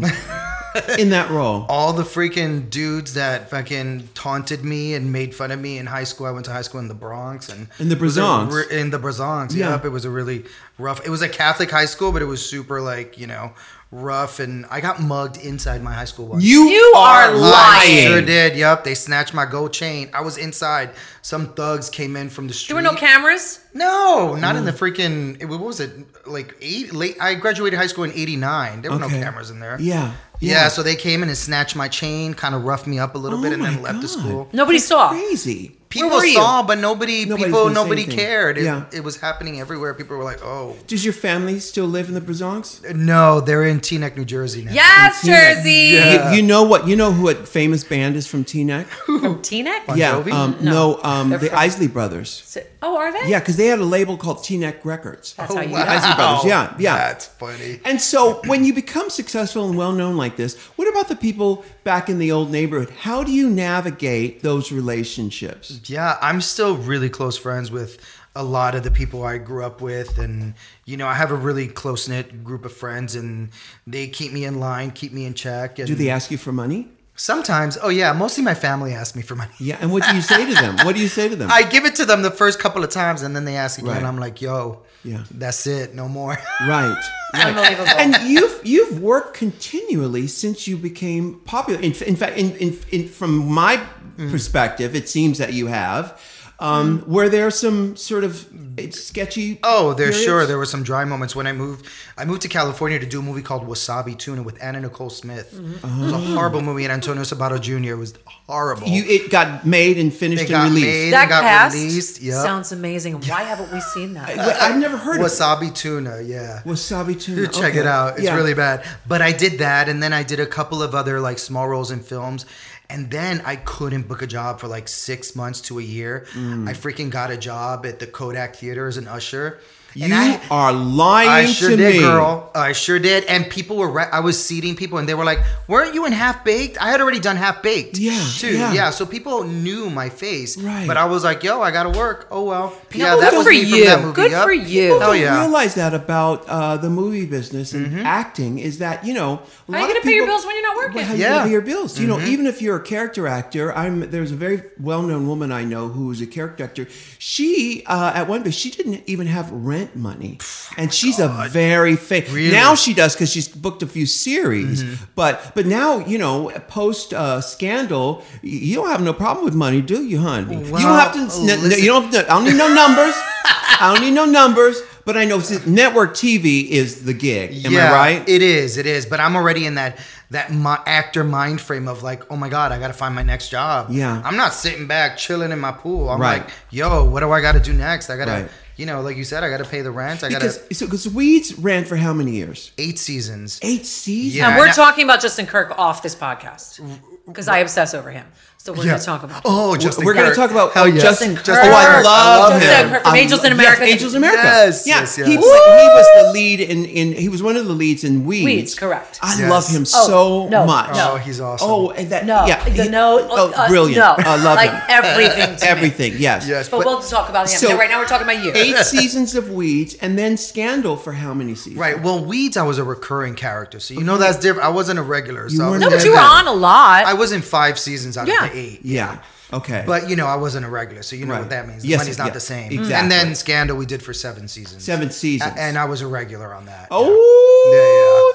Speaker 1: in that role?
Speaker 3: all the freaking dudes that fucking taunted me and made fun of me in high school. I went to high school in the Bronx and
Speaker 1: In the
Speaker 3: it was a
Speaker 1: Bronx.
Speaker 3: re- in the Bronx.
Speaker 1: Yeah.
Speaker 3: Yep, it was a really rough. It was a Catholic high school, but it was super like you know rough. And I got mugged inside my high school once.
Speaker 2: You are
Speaker 3: I sure
Speaker 2: lying.
Speaker 3: did. Yep, they snatched my gold chain. I was inside. Some thugs came in from the street.
Speaker 2: There were no cameras.
Speaker 3: No, not
Speaker 1: Mm.
Speaker 3: in the freaking. it- What was it? Like eight. Late. I graduated high school in '89. There were
Speaker 1: Okay.
Speaker 3: no cameras in there.
Speaker 1: Yeah,
Speaker 3: Yeah, so they came in and snatched my chain, kind of roughed me up a little
Speaker 1: Oh
Speaker 3: bit, and
Speaker 1: my
Speaker 3: then left the
Speaker 1: God.
Speaker 3: school.
Speaker 2: Nobody saw.
Speaker 1: crazy.
Speaker 3: People
Speaker 2: were you?
Speaker 3: saw, but nobody,
Speaker 1: Nobody was
Speaker 3: people,
Speaker 1: gonna say
Speaker 3: nobody
Speaker 1: anything.
Speaker 3: cared. It,
Speaker 1: Yeah.
Speaker 3: it was happening everywhere. People were like, "Oh,
Speaker 1: Does your family still live in the Bronx?
Speaker 3: Uh, no, they're in Teaneck, New Jersey now."
Speaker 2: Yes, Jersey.
Speaker 1: You, you know what? You know who a famous band is from Teaneck?
Speaker 2: From Teaneck?
Speaker 1: yeah.
Speaker 3: Jovi?
Speaker 1: Um, no,
Speaker 2: No.
Speaker 1: um,
Speaker 2: They're
Speaker 1: the
Speaker 2: from-
Speaker 1: Isley Brothers.
Speaker 2: So- Oh, are they?
Speaker 1: Yeah, because they had a label called Teaneck Records.
Speaker 2: That's
Speaker 3: Oh,
Speaker 2: how you
Speaker 3: wow.
Speaker 1: Isley Brothers, yeah, yeah.
Speaker 3: That's funny.
Speaker 1: And so, when you become successful and well known like this, what about the people back in the old neighborhood? How do you navigate those relationships?
Speaker 3: Yeah, I'm still really close friends with a lot of the people I grew up with, and you know, I have a really close knit group of friends, and they keep me in line, keep me in check. And
Speaker 1: Do they ask you for money?
Speaker 3: sometimes, oh yeah, mostly my family asks me for money.
Speaker 1: Yeah. And what do you say to them? What do you say to them?
Speaker 3: I give it to them the first couple of times, and then they ask again.
Speaker 1: Right.
Speaker 3: And I'm like, "Yo,
Speaker 1: Yeah.
Speaker 3: that's it, no more."
Speaker 1: Right. right.
Speaker 2: Unbelievable.
Speaker 1: And you've you've worked continually since you became popular. In, in fact, in, in, in, from my
Speaker 3: Mm.
Speaker 1: perspective, it seems that you have. Um, Were there some sort of sketchy?
Speaker 3: Oh, there
Speaker 1: periods?
Speaker 3: sure. There were some dry moments when I moved. I moved to California to do a movie called Wasabi Tuna with Anna Nicole Smith.
Speaker 1: Mm-hmm.
Speaker 3: It was a horrible movie, and Antonio Sabato Jr. was horrible.
Speaker 1: Uh-huh. You, it got made and finished and
Speaker 3: It got
Speaker 1: released.
Speaker 3: made.
Speaker 2: That
Speaker 3: got
Speaker 2: cast
Speaker 3: released, yep.
Speaker 2: sounds amazing. Why haven't we seen that?
Speaker 1: But I've never heard of
Speaker 3: Uh, Wasabi Tuna, yeah.
Speaker 1: it. Wasabi tuna.
Speaker 3: You check
Speaker 1: Mm, Okay.
Speaker 3: it out. It's
Speaker 1: Yeah.
Speaker 3: really bad. But I did that, and then I did a couple of other like small roles in films, and then I couldn't book a job for like six months to a year.
Speaker 1: Mm.
Speaker 3: I freaking got a job at the Kodak Theater as an usher.
Speaker 1: You
Speaker 3: and I,
Speaker 1: are lying
Speaker 3: I sure
Speaker 1: to
Speaker 3: did,
Speaker 1: me,
Speaker 3: girl. I sure did. And people were right. I was seating people, and they were like, "Weren't you in Half Baked?" I had already done Half Baked.
Speaker 1: Yeah,
Speaker 3: too.
Speaker 1: yeah.
Speaker 3: Yeah. So people knew my face.
Speaker 1: Right.
Speaker 3: But I was like, "Yo, I gotta work." Oh well. yeah,
Speaker 2: good
Speaker 3: that was
Speaker 2: for
Speaker 3: me
Speaker 2: you.
Speaker 3: from that movie.
Speaker 2: Good
Speaker 3: Yup.
Speaker 2: for you.
Speaker 3: Oh
Speaker 1: I didn't
Speaker 3: yeah. Mm-hmm.
Speaker 1: realize that about uh, the movie business and acting is that you know a
Speaker 2: How you
Speaker 1: lot of
Speaker 2: gonna pay your
Speaker 1: people-
Speaker 2: bills when you're not working?
Speaker 1: Well, how you
Speaker 3: Yeah.
Speaker 1: gonna pay your bills? You
Speaker 3: Mm-hmm.
Speaker 1: know, even if you're a character actor, I'm there's a very well-known woman I know who is a character actor. She uh, at one point she didn't even have rent money, and she's a very famous.
Speaker 3: Really? Mm-hmm.
Speaker 1: Now she does because she's booked a few series, but but now you know post uh, scandal, y- you don't have no problem with money, do you, honey? you
Speaker 3: Well,
Speaker 1: don't have to. n- n-
Speaker 3: listen-
Speaker 1: you don't. Have to, I don't need no numbers. I don't need no numbers. But I know since network TV is the gig. Am I right?
Speaker 3: It is, it is. But I'm already in that that mi- actor mind frame of like, oh my god, I got to find my next job.
Speaker 1: Yeah.
Speaker 3: I'm not sitting back chilling in my pool. I'm
Speaker 1: Right.
Speaker 3: like, yo, what do I got to do next? I got to,
Speaker 1: Right.
Speaker 3: you know, like you said, I got to pay the rent. I got
Speaker 1: because
Speaker 3: to
Speaker 1: so because weeds ran for how many years?
Speaker 3: eight seasons.
Speaker 1: Eight seasons.
Speaker 3: Yeah.
Speaker 2: and we're
Speaker 3: now-
Speaker 2: talking about Justin Kirk off this podcast because I obsess over him. So we're going to talk about.
Speaker 3: Oh, Justin.
Speaker 1: We're going to
Speaker 3: Kirk.
Speaker 1: talk about
Speaker 3: Hell yes.
Speaker 1: Justin.
Speaker 2: Justin
Speaker 1: Oh, I
Speaker 2: Kirk.
Speaker 1: love
Speaker 2: Justin
Speaker 1: him.
Speaker 2: Kirk from
Speaker 1: I-
Speaker 2: Angels in
Speaker 1: yes,
Speaker 2: America.
Speaker 1: Angels in America.
Speaker 3: Yes,
Speaker 1: yeah.
Speaker 3: yes,
Speaker 1: He,
Speaker 3: yes.
Speaker 1: pla- he was the lead in, in. He was one of the leads in Weeds.
Speaker 2: Weeds, correct.
Speaker 1: I
Speaker 3: Yes.
Speaker 1: love him
Speaker 2: Oh,
Speaker 1: so
Speaker 2: no,
Speaker 1: much.
Speaker 2: no.
Speaker 3: Oh, he's awesome.
Speaker 1: Oh, and that.
Speaker 2: No,
Speaker 1: Yeah.
Speaker 2: the
Speaker 1: he-
Speaker 2: no,
Speaker 1: Oh,
Speaker 2: uh,
Speaker 1: brilliant.
Speaker 2: No,
Speaker 1: I love
Speaker 2: like
Speaker 1: him.
Speaker 2: everything. to me.
Speaker 1: Everything. Yes.
Speaker 3: Yes,
Speaker 2: But,
Speaker 3: but,
Speaker 2: we'll talk about him.
Speaker 1: So-
Speaker 2: So, right now, we're talking about you.
Speaker 1: Eight seasons of Weeds, and then Scandal for how many seasons?
Speaker 3: right. Well, Weeds, I was a recurring character, so you know that's different. I wasn't a regular. So I
Speaker 1: weren't
Speaker 3: was
Speaker 2: no, but
Speaker 3: in
Speaker 2: you were
Speaker 3: there.
Speaker 2: on a lot.
Speaker 3: I was in five seasons out
Speaker 2: Yeah.
Speaker 3: of the eight.
Speaker 1: Yeah. Okay.
Speaker 3: But you know, I wasn't a regular, so you know
Speaker 1: Right.
Speaker 3: what that means. The
Speaker 1: Yes,
Speaker 3: money's not
Speaker 1: yeah,
Speaker 3: the same.
Speaker 1: exactly.
Speaker 3: And then Scandal, we did for seven seasons.
Speaker 1: seven seasons.
Speaker 3: A- and I was a regular on that.
Speaker 1: oh.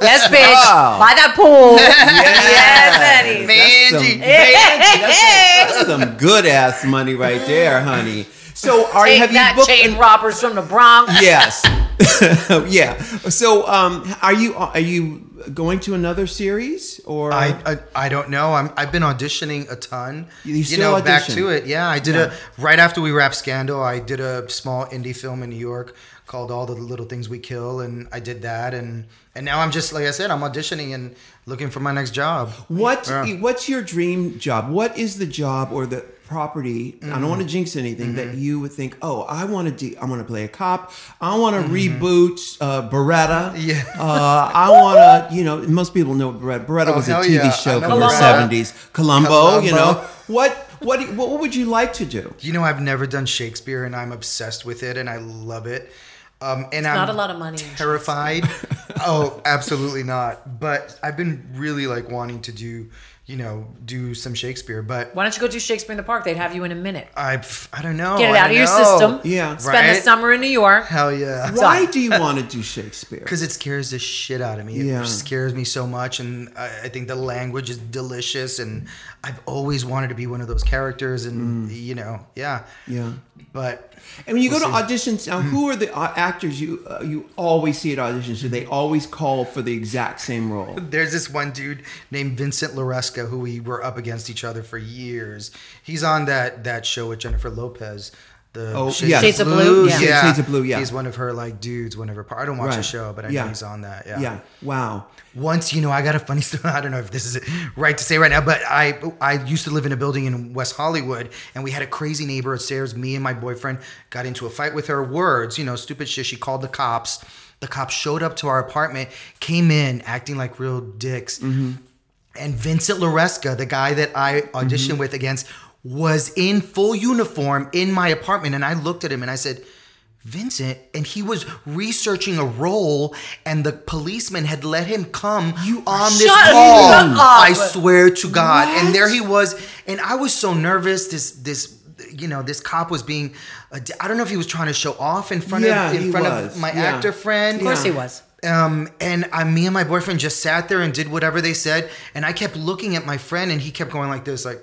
Speaker 3: Yeah,
Speaker 2: yes, bitch.
Speaker 1: Wow.
Speaker 2: By that pool.
Speaker 1: Yes.
Speaker 2: yes, Eddie.
Speaker 1: That's some-
Speaker 3: Vanjie.
Speaker 1: That's some, good ass money right there, honey. So, are
Speaker 2: Take
Speaker 1: have you
Speaker 2: that
Speaker 1: booked?
Speaker 2: chain robbers from the Bronx.
Speaker 1: yes. yeah. So, um, are you are you going to another series or?
Speaker 3: I, I I don't know. I'm I've been auditioning a ton.
Speaker 1: You
Speaker 3: You,
Speaker 1: still
Speaker 3: know, back
Speaker 1: audition?
Speaker 3: to it. Yeah, I did a right after we wrapped Scandal. I did a small indie film in New York called All the Little Things We Kill, and I did that. And and now I'm just like I said, I'm auditioning and looking for my next job.
Speaker 1: what
Speaker 3: Yeah.
Speaker 1: What's your dream job? What is the job or the property? I don't want
Speaker 3: Mm-hmm.
Speaker 1: to jinx anything that you would think. Oh, I want to. De- I want to play a cop. I want to reboot uh, Beretta.
Speaker 3: Mm-hmm. Yeah.
Speaker 1: Uh, I want to. You know, most people know Beretta. Beretta
Speaker 3: Oh,
Speaker 1: was a
Speaker 3: hell
Speaker 1: TV
Speaker 3: yeah.
Speaker 1: show
Speaker 3: I know
Speaker 1: from the
Speaker 2: Columbo.
Speaker 1: seventies. Columbo, You know
Speaker 3: Columbo.
Speaker 1: what? What What would you like to do?
Speaker 3: You know, I've never done Shakespeare, and I'm obsessed with it, and I love it. Um, and I'm
Speaker 2: not a lot of money in
Speaker 3: Terrified? oh, absolutely not. But I've been really like wanting to do, you know, do some Shakespeare. But
Speaker 2: Why don't you go do Shakespeare in the Park? They'd have you in a minute.
Speaker 3: I, I don't know.
Speaker 2: Get it
Speaker 3: I
Speaker 2: out of your
Speaker 3: don't know.
Speaker 2: system.
Speaker 1: Oh, Yeah.
Speaker 2: Spend the
Speaker 3: Right?
Speaker 2: summer in New York.
Speaker 3: Hell yeah.
Speaker 1: Why do you want to do Shakespeare?
Speaker 3: Because it scares the shit out of me.
Speaker 1: Yeah.
Speaker 3: It scares me so much, and I, I think the language is delicious. And I've always wanted to be one of those characters, and you know, yeah,
Speaker 1: Yeah.
Speaker 3: But
Speaker 1: And when you go
Speaker 3: We'll
Speaker 1: to auditions,
Speaker 3: Hmm.
Speaker 1: now who are the uh, actors you uh, you always see at auditions? Do they always call for the exact same role?
Speaker 3: There's this one dude named Vincent Loresca who we were up against each other for years. He's on that that show with Jennifer Lopez. The
Speaker 1: Oh,
Speaker 3: Shades,
Speaker 1: yes. Shades
Speaker 2: of Blue, yeah.
Speaker 1: Shades of Blue, yeah.
Speaker 3: He's one of her like dudes, one of her par- I don't watch the show, but I know he's on that. Yeah.
Speaker 1: Yeah. Wow.
Speaker 3: Once, you know, I got a funny story. I don't know if this is right to say right now, but I I used to live in a building in West Hollywood and we had a crazy neighbor upstairs. Me and my boyfriend got into a fight with her words, you know, stupid shit. She called the cops. The cops showed up to our apartment, came in acting like real dicks and Vincent Loresca, the guy that I auditioned
Speaker 1: Mm-hmm.
Speaker 3: with against, was in full uniform in my apartment. And I looked at him and I said, Vincent, and he was researching a role, and the policeman had let him come on this
Speaker 2: Shut
Speaker 3: call.
Speaker 2: up.
Speaker 3: I swear to God. And there
Speaker 1: What?
Speaker 3: he was, and I was so nervous. This, this, you know, this cop was being. a d- I don't know if he was trying to show off in front
Speaker 1: Yeah,
Speaker 3: of
Speaker 1: he
Speaker 3: in front
Speaker 1: was.
Speaker 3: of my
Speaker 1: Yeah.
Speaker 3: actor friend.
Speaker 2: Of course he was.
Speaker 3: Um, and I, me and my boyfriend just sat there and did whatever they said, and I kept looking at my friend, and he kept going like this, like,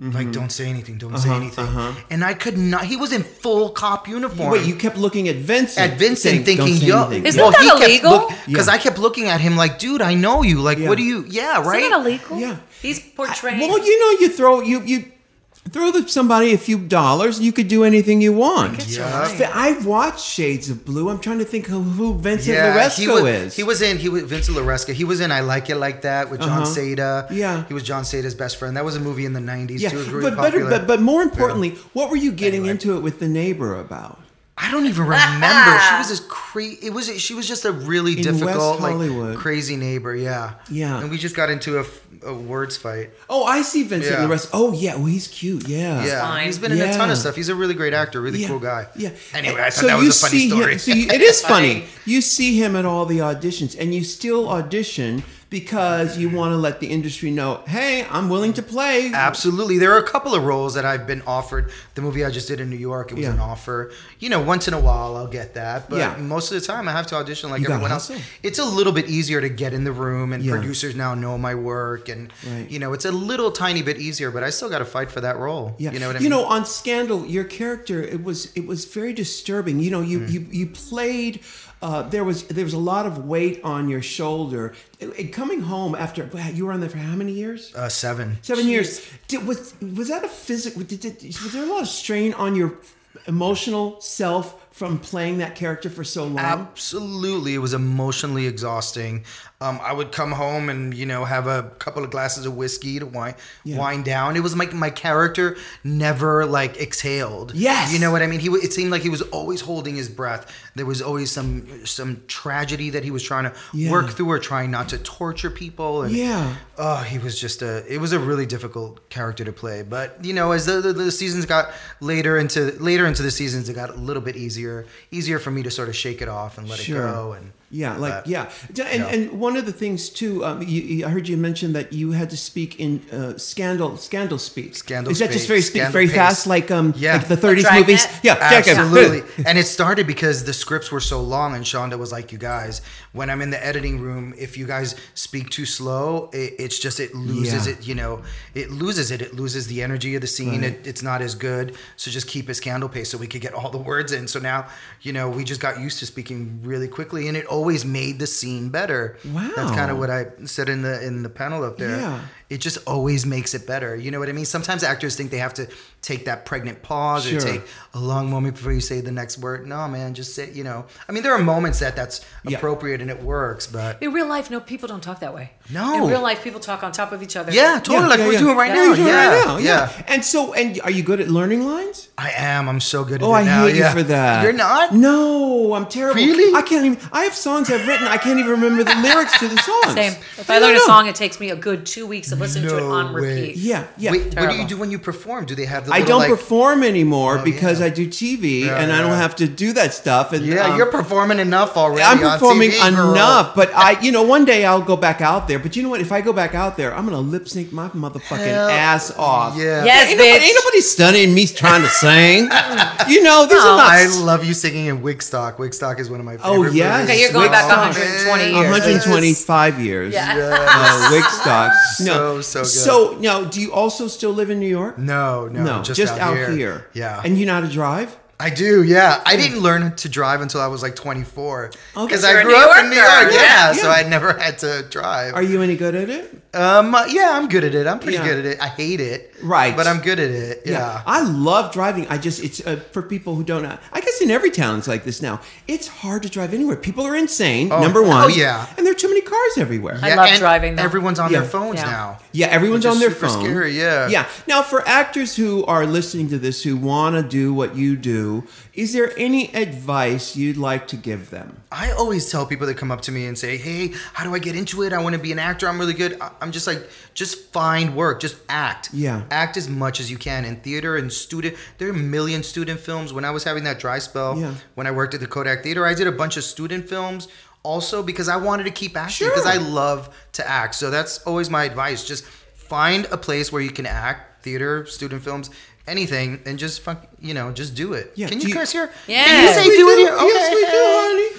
Speaker 1: Mm-hmm.
Speaker 3: like don't say anything, don't say
Speaker 1: Uh-huh,
Speaker 3: anything. And I could not. He was in full cop uniform.
Speaker 1: Wait, you kept looking at Vincent.
Speaker 3: at Vincent,
Speaker 1: saying, "Don't
Speaker 3: thinking,
Speaker 1: say
Speaker 3: "Yo,
Speaker 1: anything."
Speaker 2: Isn't that illegal?
Speaker 3: Because
Speaker 1: Yeah.
Speaker 3: I kept looking at him like, dude, I know you. Like,
Speaker 1: Yeah.
Speaker 3: what do you? Yeah, right.
Speaker 2: Isn't that illegal?
Speaker 1: Yeah.
Speaker 2: He's portraying.
Speaker 1: Well, you know, you throw you you throw the, somebody a few dollars, you could do anything you want.
Speaker 2: It's
Speaker 3: Yeah.
Speaker 2: all right.
Speaker 1: I've watched Shades of Blue. I'm trying to think of who Vincent
Speaker 3: he
Speaker 1: Loresco
Speaker 3: was,
Speaker 1: is.
Speaker 3: He was in. He was Vincent Loresca. He was in I Like It Like That with John
Speaker 1: Uh-huh.
Speaker 3: Seda.
Speaker 1: Yeah.
Speaker 3: he was John Seda's best friend. That was a movie in the '90s.
Speaker 1: yeah,
Speaker 3: too. It was really
Speaker 1: but, better,
Speaker 3: popular.
Speaker 1: but but more importantly, what were you getting
Speaker 3: Anyway.
Speaker 1: into it with the neighbor about?
Speaker 3: I don't even remember. she was this crazy. It was. She was just a really
Speaker 1: West
Speaker 3: difficult,
Speaker 1: Hollywood.
Speaker 3: like crazy neighbor. Yeah.
Speaker 1: Yeah.
Speaker 3: And we just got into a, f- a words fight.
Speaker 1: Oh, I see Vincent
Speaker 3: Yeah.
Speaker 1: Loresco. Oh yeah, well he's cute. Yeah.
Speaker 3: yeah.
Speaker 2: fine.
Speaker 3: He's been in a ton
Speaker 1: Yeah.
Speaker 3: of stuff. He's a really great actor. Really
Speaker 1: Yeah,
Speaker 3: cool guy.
Speaker 1: Yeah.
Speaker 3: Anyway,
Speaker 1: And
Speaker 3: I thought
Speaker 1: so
Speaker 3: that
Speaker 1: you
Speaker 3: was a funny
Speaker 1: see
Speaker 3: story.
Speaker 1: Him, so you, it is funny.
Speaker 2: Funny.
Speaker 1: You see him at all the auditions, and you still audition because you want to let the industry know, hey, I'm willing to play.
Speaker 3: Absolutely. There are a couple of roles that I've been offered. The movie I just did in New York, it was
Speaker 1: Yeah.
Speaker 3: an offer. You know, once in a while I'll get that. But
Speaker 1: Yeah.
Speaker 3: most of the time I have to audition like
Speaker 1: You gotta
Speaker 3: everyone else.
Speaker 1: hustle.
Speaker 3: It's a little bit easier to get in the room and
Speaker 1: Yeah.
Speaker 3: producers now know my work and
Speaker 1: Right.
Speaker 3: you know, it's a little tiny bit easier, but I still gotta fight for that role.
Speaker 1: Yeah.
Speaker 3: You know what I
Speaker 1: You
Speaker 3: mean?
Speaker 1: know, on Scandal, your character it was it was very disturbing. You know, you
Speaker 3: Mm.
Speaker 1: you, you played. Uh, there was there was a lot of weight on your shoulder. And- and coming home after wow, you were on there for how many years?
Speaker 3: uh, seven.
Speaker 1: Seven years. Did, was was that a physical? Did, did, was there a lot of strain on your emotional self from playing that character for so long?
Speaker 3: Absolutely. It was emotionally exhausting. Um, I would come home and you know have a couple of glasses of whiskey to wind wind down. It was like my character never like exhaled.
Speaker 1: Yes.
Speaker 3: you know what I mean. He w- it seemed like he was always holding his breath. There was always some some tragedy that he was trying to
Speaker 1: Yeah.
Speaker 3: work through or trying not to torture people. And
Speaker 1: Yeah.
Speaker 3: Oh, he was just a. It was a really difficult character to play, but you know, as the, the, the seasons got later into later into the seasons, it got a little bit easier, easier for me to sort of shake it off and let it go. And
Speaker 1: yeah,
Speaker 3: all
Speaker 1: like
Speaker 3: that.
Speaker 1: yeah, D- and,
Speaker 3: Yeah.
Speaker 1: and one of the things too, um, you, you- I heard you mention that you had to speak in uh, scandal, scandal speak.
Speaker 3: Scandal
Speaker 1: is that just
Speaker 3: speak,
Speaker 1: very speak
Speaker 3: scandal
Speaker 1: very
Speaker 3: pace.
Speaker 1: fast, like um,
Speaker 3: Yeah.
Speaker 1: like the '30s
Speaker 2: Dragnet?
Speaker 1: movies? Yeah, Jack-
Speaker 3: Absolutely. and it started because the scripts were so long, and Shonda was like, "You guys, when I'm in the editing room, if you guys speak too slow, it, it's just it loses
Speaker 1: Yeah.
Speaker 3: it. You know, it loses it. It loses the energy of the scene. It, it's not as good. So just keep it scandal pace, so we could get all the words in. So now, you know, we just got used to speaking really quickly, and it always made the scene better. that's
Speaker 1: Wow.
Speaker 3: kind of what I said in the in the panel up there.
Speaker 1: Yeah.
Speaker 3: It just always makes it better. You know what I mean? Sometimes actors think they have to take that pregnant pause or
Speaker 1: Sure.
Speaker 3: take a long moment before you say the next word. No, man, just say, you know. I mean, there are moments that that's
Speaker 1: Yeah.
Speaker 3: appropriate and it works, but
Speaker 2: In real life, no, people don't talk that way.
Speaker 3: No.
Speaker 2: In real life, people talk on top of each other.
Speaker 3: yeah, totally. like
Speaker 1: yeah,
Speaker 3: we're
Speaker 1: yeah.
Speaker 3: doing right
Speaker 2: Yeah,
Speaker 3: now.
Speaker 2: we're
Speaker 1: You're doing it
Speaker 3: yeah,
Speaker 1: right now, yeah. And so, and are you good at learning lines?
Speaker 3: I am. I'm so good. At
Speaker 1: Oh,
Speaker 3: it
Speaker 1: I
Speaker 3: now,
Speaker 1: hate
Speaker 3: yeah.
Speaker 1: you for that.
Speaker 3: You're not.
Speaker 1: No, I'm terrible.
Speaker 3: Really?
Speaker 1: I can't even. I have songs I've written. I can't even remember the lyrics to the songs.
Speaker 2: Same. If
Speaker 1: No,
Speaker 2: I learn
Speaker 1: no,
Speaker 2: a
Speaker 1: no.
Speaker 2: song, it takes me a good two weeks of listening to it
Speaker 3: No
Speaker 2: on
Speaker 3: way.
Speaker 2: repeat.
Speaker 1: Yeah, yeah.
Speaker 3: Wait, what do you
Speaker 2: Terrible.
Speaker 3: do when you perform? Do they have the?
Speaker 1: I
Speaker 3: little,
Speaker 1: don't
Speaker 3: like, Oh,
Speaker 1: perform anymore because
Speaker 3: yeah.
Speaker 1: I do TV
Speaker 3: Yeah,
Speaker 1: and I don't
Speaker 3: yeah.
Speaker 1: have to do that stuff. And
Speaker 3: Yeah,
Speaker 1: um,
Speaker 3: you're performing enough already.
Speaker 1: I'm
Speaker 3: on
Speaker 1: performing
Speaker 3: TV, girl.
Speaker 1: enough, but I, you know, one day I'll go back out there. But you know what? If I go back out there, I'm gonna lip sync my motherfucking
Speaker 3: Hell,
Speaker 1: ass off.
Speaker 3: Yeah.
Speaker 2: Yes,
Speaker 1: Ain't nobody,
Speaker 2: bitch.
Speaker 1: ain't nobody studying me trying to sing. you know, these
Speaker 2: No.
Speaker 1: are not.
Speaker 3: Oh, I love you singing in Wigstock. Wigstock is one of my favorite.
Speaker 1: Oh, yes.
Speaker 2: Okay, you're going
Speaker 1: back
Speaker 3: Wigstock.
Speaker 2: 120 years.
Speaker 1: 125 years.
Speaker 2: Yeah.
Speaker 1: Uh, Wigstock. No,
Speaker 3: So, so good.
Speaker 1: So now, do you also still live in New York?
Speaker 3: No, no,
Speaker 1: no,
Speaker 3: just,
Speaker 1: out, here.
Speaker 3: Yeah,
Speaker 1: and you know how to drive.
Speaker 3: I do. Yeah, I didn't learn to drive until I was like 24
Speaker 1: Okay.
Speaker 3: because
Speaker 2: You're
Speaker 3: I
Speaker 2: a
Speaker 3: grew
Speaker 2: New
Speaker 3: up in New
Speaker 2: Yorker.
Speaker 3: York. Yeah,
Speaker 1: Yeah,
Speaker 3: so
Speaker 1: yeah.
Speaker 3: I never had to drive.
Speaker 1: Are you any good at it?
Speaker 3: um, yeah, I'm good at it. I'm pretty
Speaker 1: Yeah.
Speaker 3: good at it. I hate it.
Speaker 1: Right.
Speaker 3: but I'm good at it. Yeah.
Speaker 1: I love driving. I just it's uh, for people who don't. know. I guess in every town it's like this now. It's hard to drive anywhere. People are insane. number one.
Speaker 3: oh, yeah.
Speaker 1: And there are too many cars everywhere.
Speaker 2: I
Speaker 3: Yeah,
Speaker 2: love
Speaker 3: and
Speaker 2: driving, though.
Speaker 3: Everyone's on
Speaker 1: Yeah.
Speaker 3: their phones
Speaker 2: Yeah.
Speaker 3: now.
Speaker 1: Yeah, everyone's
Speaker 3: Which is
Speaker 1: on their
Speaker 3: super
Speaker 1: phone.
Speaker 3: scary, yeah.
Speaker 1: Yeah. Now, for actors who are listening to this who want to do what you do, is there any advice you'd like to give them?
Speaker 3: I always tell people that come up to me and say, "Hey, how do I get into it? I want to be an actor. I'm really good." I- I'm just like, just find work, just act.
Speaker 1: Yeah.
Speaker 3: act as much as you can in theater and student. There are a million student films. When I was having that dry spell,
Speaker 1: Yeah.
Speaker 3: when I worked at the Kodak Theater, I did a bunch of student films also because I wanted to keep acting because
Speaker 1: Sure.
Speaker 3: I love to act. So that's always my advice: just find a place where you can act, theater, student films. Anything and just fuck, you know, just do it.
Speaker 1: Yeah,
Speaker 3: Can
Speaker 1: do
Speaker 3: you
Speaker 1: you-
Speaker 3: curse here?
Speaker 2: Yeah.
Speaker 3: Can you
Speaker 2: Yes,
Speaker 3: say
Speaker 1: we
Speaker 3: do, it
Speaker 1: do.
Speaker 3: here? Okay.
Speaker 1: Yes, we do,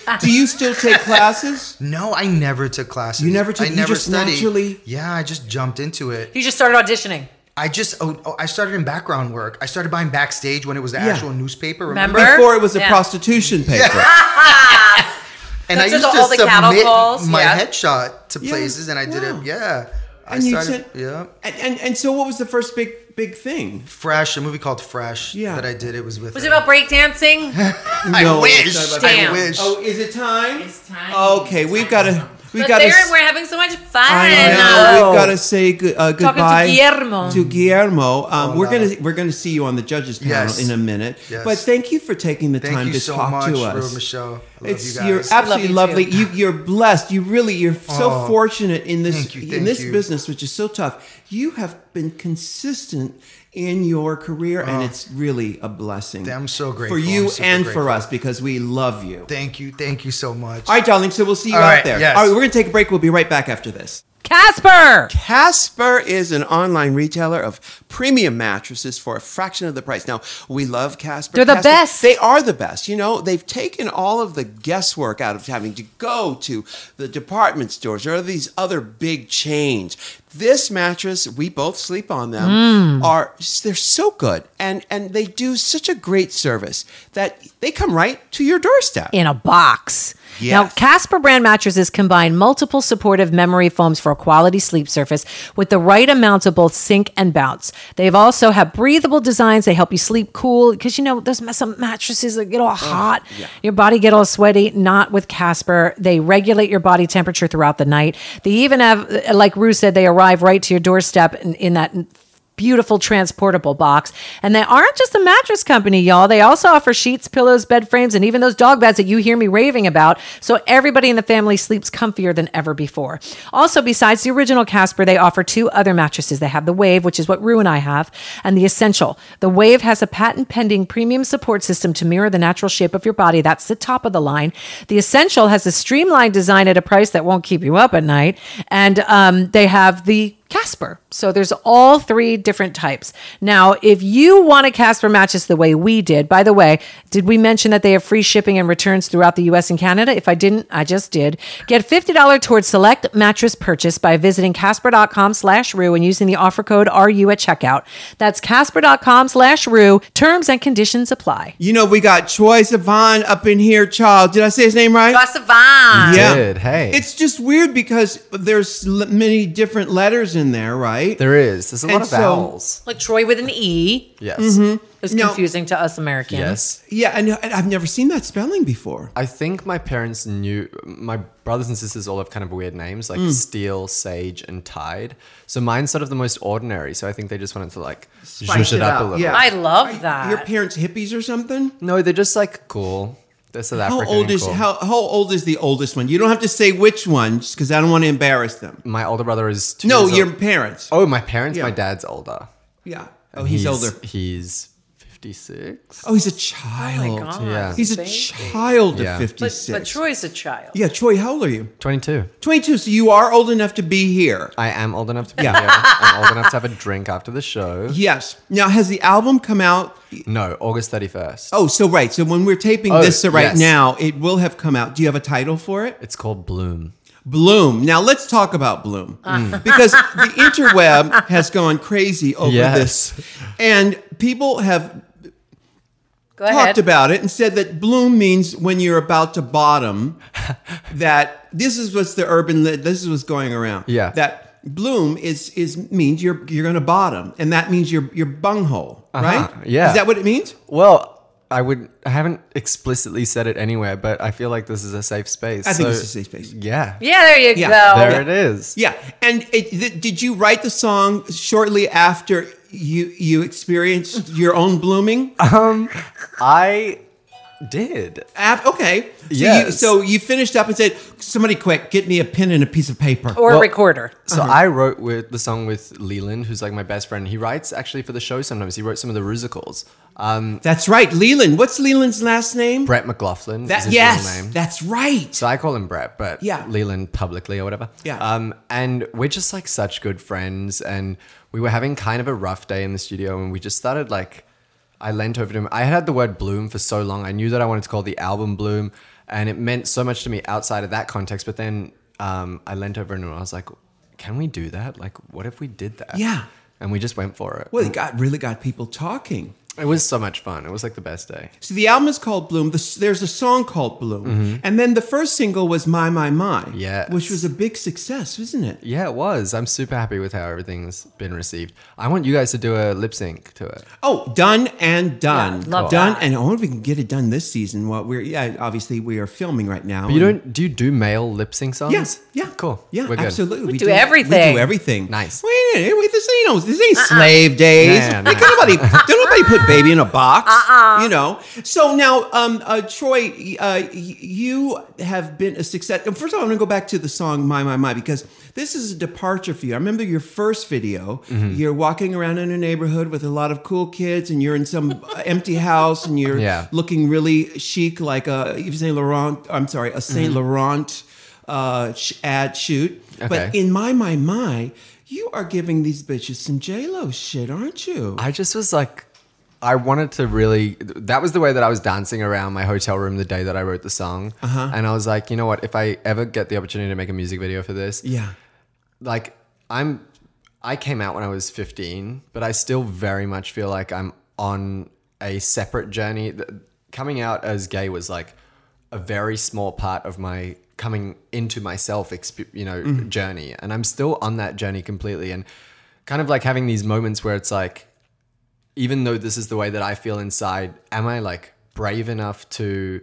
Speaker 1: honey. do you still take classes?
Speaker 3: No, I never took classes.
Speaker 1: You never took-
Speaker 3: I
Speaker 1: you
Speaker 3: never
Speaker 1: just
Speaker 3: studied.
Speaker 1: naturally-
Speaker 3: Yeah, I just jumped into it.
Speaker 2: You just started auditioning.
Speaker 3: I just oh, oh, I started in background work. I started buying backstage when it was the
Speaker 1: Yeah.
Speaker 3: actual newspaper.
Speaker 2: Remember?
Speaker 1: Before it was a
Speaker 2: Yeah.
Speaker 1: prostitution paper.
Speaker 3: And I
Speaker 2: Those are
Speaker 3: used
Speaker 2: the-
Speaker 3: to
Speaker 2: all the cattle
Speaker 3: submit
Speaker 2: calls,
Speaker 3: my
Speaker 2: yeah.
Speaker 3: headshot to
Speaker 1: Yeah.
Speaker 3: places, and I did
Speaker 1: Wow.
Speaker 3: it. Yeah, I
Speaker 1: And you
Speaker 3: started.
Speaker 1: said-
Speaker 3: yeah,
Speaker 1: And, and and so, what was the first big big thing?
Speaker 3: Fresh, a movie called Fresh.
Speaker 1: Yeah.
Speaker 3: that I did. It was with.
Speaker 2: Was it about breakdancing?
Speaker 3: I
Speaker 1: No,
Speaker 3: wish.
Speaker 1: it's not about-
Speaker 3: I
Speaker 2: Damn.
Speaker 3: wish.
Speaker 1: Oh, is it time?
Speaker 4: It's time.
Speaker 1: Okay, we've got to. We've
Speaker 2: But
Speaker 1: got to.
Speaker 2: there, we're having so much fun.
Speaker 1: I
Speaker 2: Oh.
Speaker 1: know. We've got to say good,
Speaker 2: to
Speaker 1: uh, goodbye
Speaker 2: Guillermo.
Speaker 1: to Guillermo. Um,
Speaker 3: Oh,
Speaker 1: we're
Speaker 3: no.
Speaker 1: gonna we're gonna see you on the judges panel
Speaker 3: Yes.
Speaker 1: in a minute.
Speaker 3: Yes.
Speaker 1: But thank you for taking the
Speaker 3: Thank
Speaker 1: time
Speaker 3: you
Speaker 1: to
Speaker 3: so
Speaker 1: talk
Speaker 3: much,
Speaker 1: to
Speaker 3: Rue
Speaker 1: us.
Speaker 3: Michelle. I love
Speaker 1: It's
Speaker 3: you guys.
Speaker 1: you're absolutely
Speaker 2: Love you
Speaker 1: lovely. You, you're blessed. You really you're so
Speaker 3: Oh.
Speaker 1: fortunate in this
Speaker 3: Thank you,
Speaker 1: in
Speaker 3: thank
Speaker 1: this
Speaker 3: you.
Speaker 1: business, which is so tough. You have been consistent in your career, and it's really a blessing.
Speaker 3: Oh. I'm so
Speaker 1: for
Speaker 3: grateful. I'm
Speaker 1: you
Speaker 3: super
Speaker 1: and for
Speaker 3: grateful.
Speaker 1: us because we love you.
Speaker 3: Thank you, thank you so much.
Speaker 1: All right, darling. So we'll see you
Speaker 3: All
Speaker 1: out
Speaker 3: right,
Speaker 1: there.
Speaker 3: yes.
Speaker 1: All right, we're gonna take a break. We'll be right back after this.
Speaker 2: Casper!
Speaker 1: Casper is an online retailer of premium mattresses for a fraction of the price. Now, we love Casper.
Speaker 2: They're the
Speaker 1: Casper-
Speaker 2: best.
Speaker 1: They are the best. You know, they've taken all of the guesswork out of having to go to the department stores or these other big chains. This mattress, we both sleep on them,
Speaker 2: Mm.
Speaker 1: are they're so good and and they do such a great service that they come right to your doorstep.
Speaker 2: In a box. Now,
Speaker 1: Yes.
Speaker 2: Casper brand mattresses combine multiple supportive memory foams for a quality sleep surface with the right amounts of both sink and bounce. They've also have breathable designs. They help you sleep cool because you know those ma- some mattresses that get all hot, your body get all sweaty. Not with Casper. They regulate your body temperature throughout the night. They even have, like Rue said, they arrive right to your doorstep in, in that beautiful transportable box. And they aren't just a mattress company, y'all. They also offer sheets, pillows, bed frames, and even those dog beds that you hear me raving about. So everybody in the family sleeps comfier than ever before. Also, besides the original Casper, they offer two other mattresses. They have the Wave, which is what Rue and I have, and the Essential. The Wave has a patent pending premium support system to mirror the natural shape of your body. That's the top of the line. The Essential has a streamlined design at a price that won't keep you up at night. And um, they have the Casper. So there's all three different types. Now, if you want a Casper mattress the way we did, by the way, did we mention that they have free shipping and returns throughout the US and Canada? If I didn't, I just did. Get $50 towards select mattress purchase by visiting casper.com slash rue and using the offer code RU at checkout. That's casper.com slash rue. Terms and conditions apply.
Speaker 1: You know, we got Troy Sivan up in here, child. Did I say his name right? Yeah.
Speaker 4: Did. Hey.
Speaker 1: It's just weird because there's l- many different letters in there, right?
Speaker 4: there is. There's a lot
Speaker 1: And
Speaker 4: of
Speaker 1: so-
Speaker 4: vowels.
Speaker 2: Like Troy with an E
Speaker 4: Yes.
Speaker 2: is
Speaker 1: No.
Speaker 2: confusing to us Americans.
Speaker 4: Yes.
Speaker 1: yeah, and, and I've never seen that spelling before.
Speaker 4: I think my parents knew my brothers and sisters all have kind of weird names
Speaker 1: Mm.
Speaker 4: like Steel, Sage, and Tide. So mine's sort of the most ordinary. So I think they just wanted to like
Speaker 1: it
Speaker 4: zhuzh it up a
Speaker 1: up,
Speaker 4: little.
Speaker 1: yeah.
Speaker 2: I love that. Oh
Speaker 1: Your parents hippies or something?
Speaker 4: No, they're just like cool. They're South
Speaker 1: How
Speaker 4: African.
Speaker 1: old
Speaker 4: and
Speaker 1: is
Speaker 4: cool.
Speaker 1: how, how old is the oldest one? You don't have to say which one, just because I don't want to embarrass them.
Speaker 4: my older brother Mm, is two
Speaker 1: No,
Speaker 4: years
Speaker 1: your
Speaker 4: old-
Speaker 1: parents.
Speaker 4: Oh, my parents.
Speaker 1: Yeah.
Speaker 4: My dad's older.
Speaker 1: yeah. Oh, he's, older.
Speaker 4: He's fifty six.
Speaker 1: Oh, he's a child.
Speaker 2: God.
Speaker 4: Yeah.
Speaker 1: He's a
Speaker 2: Baby.
Speaker 1: child
Speaker 4: Yeah.
Speaker 1: of
Speaker 4: But-
Speaker 1: fifty
Speaker 2: But,
Speaker 1: six.
Speaker 2: but Troy's a child.
Speaker 1: Yeah, Troy, how old are you?
Speaker 4: Twenty two.
Speaker 1: Twenty two. So you are old enough to be here.
Speaker 4: I am old enough to be here. I'm old enough to have a drink after the show.
Speaker 1: Yes. Now, has the album come out?
Speaker 4: No, August thirty first.
Speaker 1: Oh, so right. So when we're taping
Speaker 4: Oh,
Speaker 1: this so right
Speaker 4: yes.
Speaker 1: now, it will have come out. Do you have a title for it?
Speaker 4: It's called Bloom.
Speaker 1: Bloom. Now let's talk about Bloom
Speaker 2: Mm.
Speaker 1: because the interweb has gone crazy over
Speaker 4: Yes.
Speaker 1: this, and people have
Speaker 2: Go ahead.
Speaker 1: talked about it and said that bloom means when you're about to bottom. that this is what's the urban. lit- This is what's going around.
Speaker 4: Yeah.
Speaker 1: That bloom is is means you're you're going to bottom, and that means you're you're bunghole, right?
Speaker 4: Uh-huh. yeah.
Speaker 1: Is that what it means?
Speaker 4: Well, I would. I haven't explicitly said it anywhere, but I feel like this is a safe space.
Speaker 1: I think
Speaker 4: so-
Speaker 1: it's a safe space.
Speaker 4: Yeah.
Speaker 2: Yeah, there you
Speaker 1: Yeah.
Speaker 2: go.
Speaker 4: There it is.
Speaker 1: Yeah. And it, th- did you write the song shortly after you you experienced your own blooming?
Speaker 4: Uh, I did.
Speaker 1: Af- okay. So, you,
Speaker 4: Yes.
Speaker 1: so you finished up and said, "Somebody, quick, get me a pen and a piece of paper."
Speaker 2: Or
Speaker 4: Well-
Speaker 2: recorder.
Speaker 4: So
Speaker 1: Uh-huh.
Speaker 4: I wrote with the song with Leland, who's like my best friend. He writes actually for the show sometimes. He wrote some of the musicals. Um,
Speaker 1: That's right, Leland. What's Leland's last name?
Speaker 4: Brett McLaughlin is
Speaker 1: That-
Speaker 4: his
Speaker 1: yes,
Speaker 4: real name.
Speaker 1: that's right.
Speaker 4: So I call him Brett, but
Speaker 1: Yeah.
Speaker 4: Leland publicly or whatever.
Speaker 1: Yeah.
Speaker 4: Um, and we're just like such good friends. And we were having kind of a rough day in the studio and we just started like, I leant over to him. I had the word bloom for so long. I knew that I wanted to call the album bloom and it meant so much to me outside of that context. But then um, I leant over and I was like, can we do that? Like, what if we did that?
Speaker 1: Yeah.
Speaker 4: And we just went for it.
Speaker 1: Well, it got really got people talking.
Speaker 4: It was so much fun. It was like the best day.
Speaker 1: So the album is called Bloom. The, s- there's a song called Bloom, and then the first single was My My My,
Speaker 4: Mm-hmm. Yes.
Speaker 1: which was a big success, isn't it?
Speaker 4: Yeah, it was. I'm super happy with how everything's been received. I want you guys to do a lip sync to it.
Speaker 1: Oh, done and done,
Speaker 2: Yeah, love
Speaker 1: done,
Speaker 2: that.
Speaker 1: and I wonder if we can get it done this season. What we're yeah, obviously we are filming right now.
Speaker 4: But you
Speaker 1: and-
Speaker 4: don't do you do male lip sync songs?
Speaker 1: Yes. Yeah.
Speaker 4: Cool.
Speaker 1: Yeah.
Speaker 4: We're good.
Speaker 1: Absolutely. We,
Speaker 2: do
Speaker 1: We
Speaker 2: everything. Uh-uh.
Speaker 1: do everything.
Speaker 4: Nice.
Speaker 1: Wait a minute. Wait, this ain't no. This ain't slave days.
Speaker 4: Nah,
Speaker 1: Like,
Speaker 4: nah.
Speaker 1: nobody. Don't nobody put baby in a box.
Speaker 2: Uh-uh.
Speaker 1: You know. So now, um, uh, Troy, uh, y- you have been a success. And first of all, I'm going to go back to the song "My My My" because this is a departure for you. I remember your first video.
Speaker 4: Mm-hmm.
Speaker 1: You're walking around in a neighborhood with a lot of cool kids, and you're in some uh, empty house, and you're
Speaker 4: Yeah.
Speaker 1: looking really chic, like a Yves Saint Laurent. I'm sorry, a
Speaker 4: Mm-hmm.
Speaker 1: Saint Laurent uh, sh- ad shoot. But
Speaker 4: Okay.
Speaker 1: in my my my, you are giving these bitches some J Lo shit, aren't you?
Speaker 4: I just was like I wanted to really that was the way that I was dancing around my hotel room the day that I wrote the song. Uh-huh. And I was like, you know what, if I ever get the opportunity to make a music video for this,
Speaker 1: yeah.
Speaker 4: like I'm I came out when I was 15, but I still very much feel like I'm on a separate journey. Th- Coming out as gay was like a very small part of my coming into myself, exp- you know, journey. And I'm still on that journey completely. And kind of like having these moments where it's like, even though this is the way that I feel inside, am I like brave enough to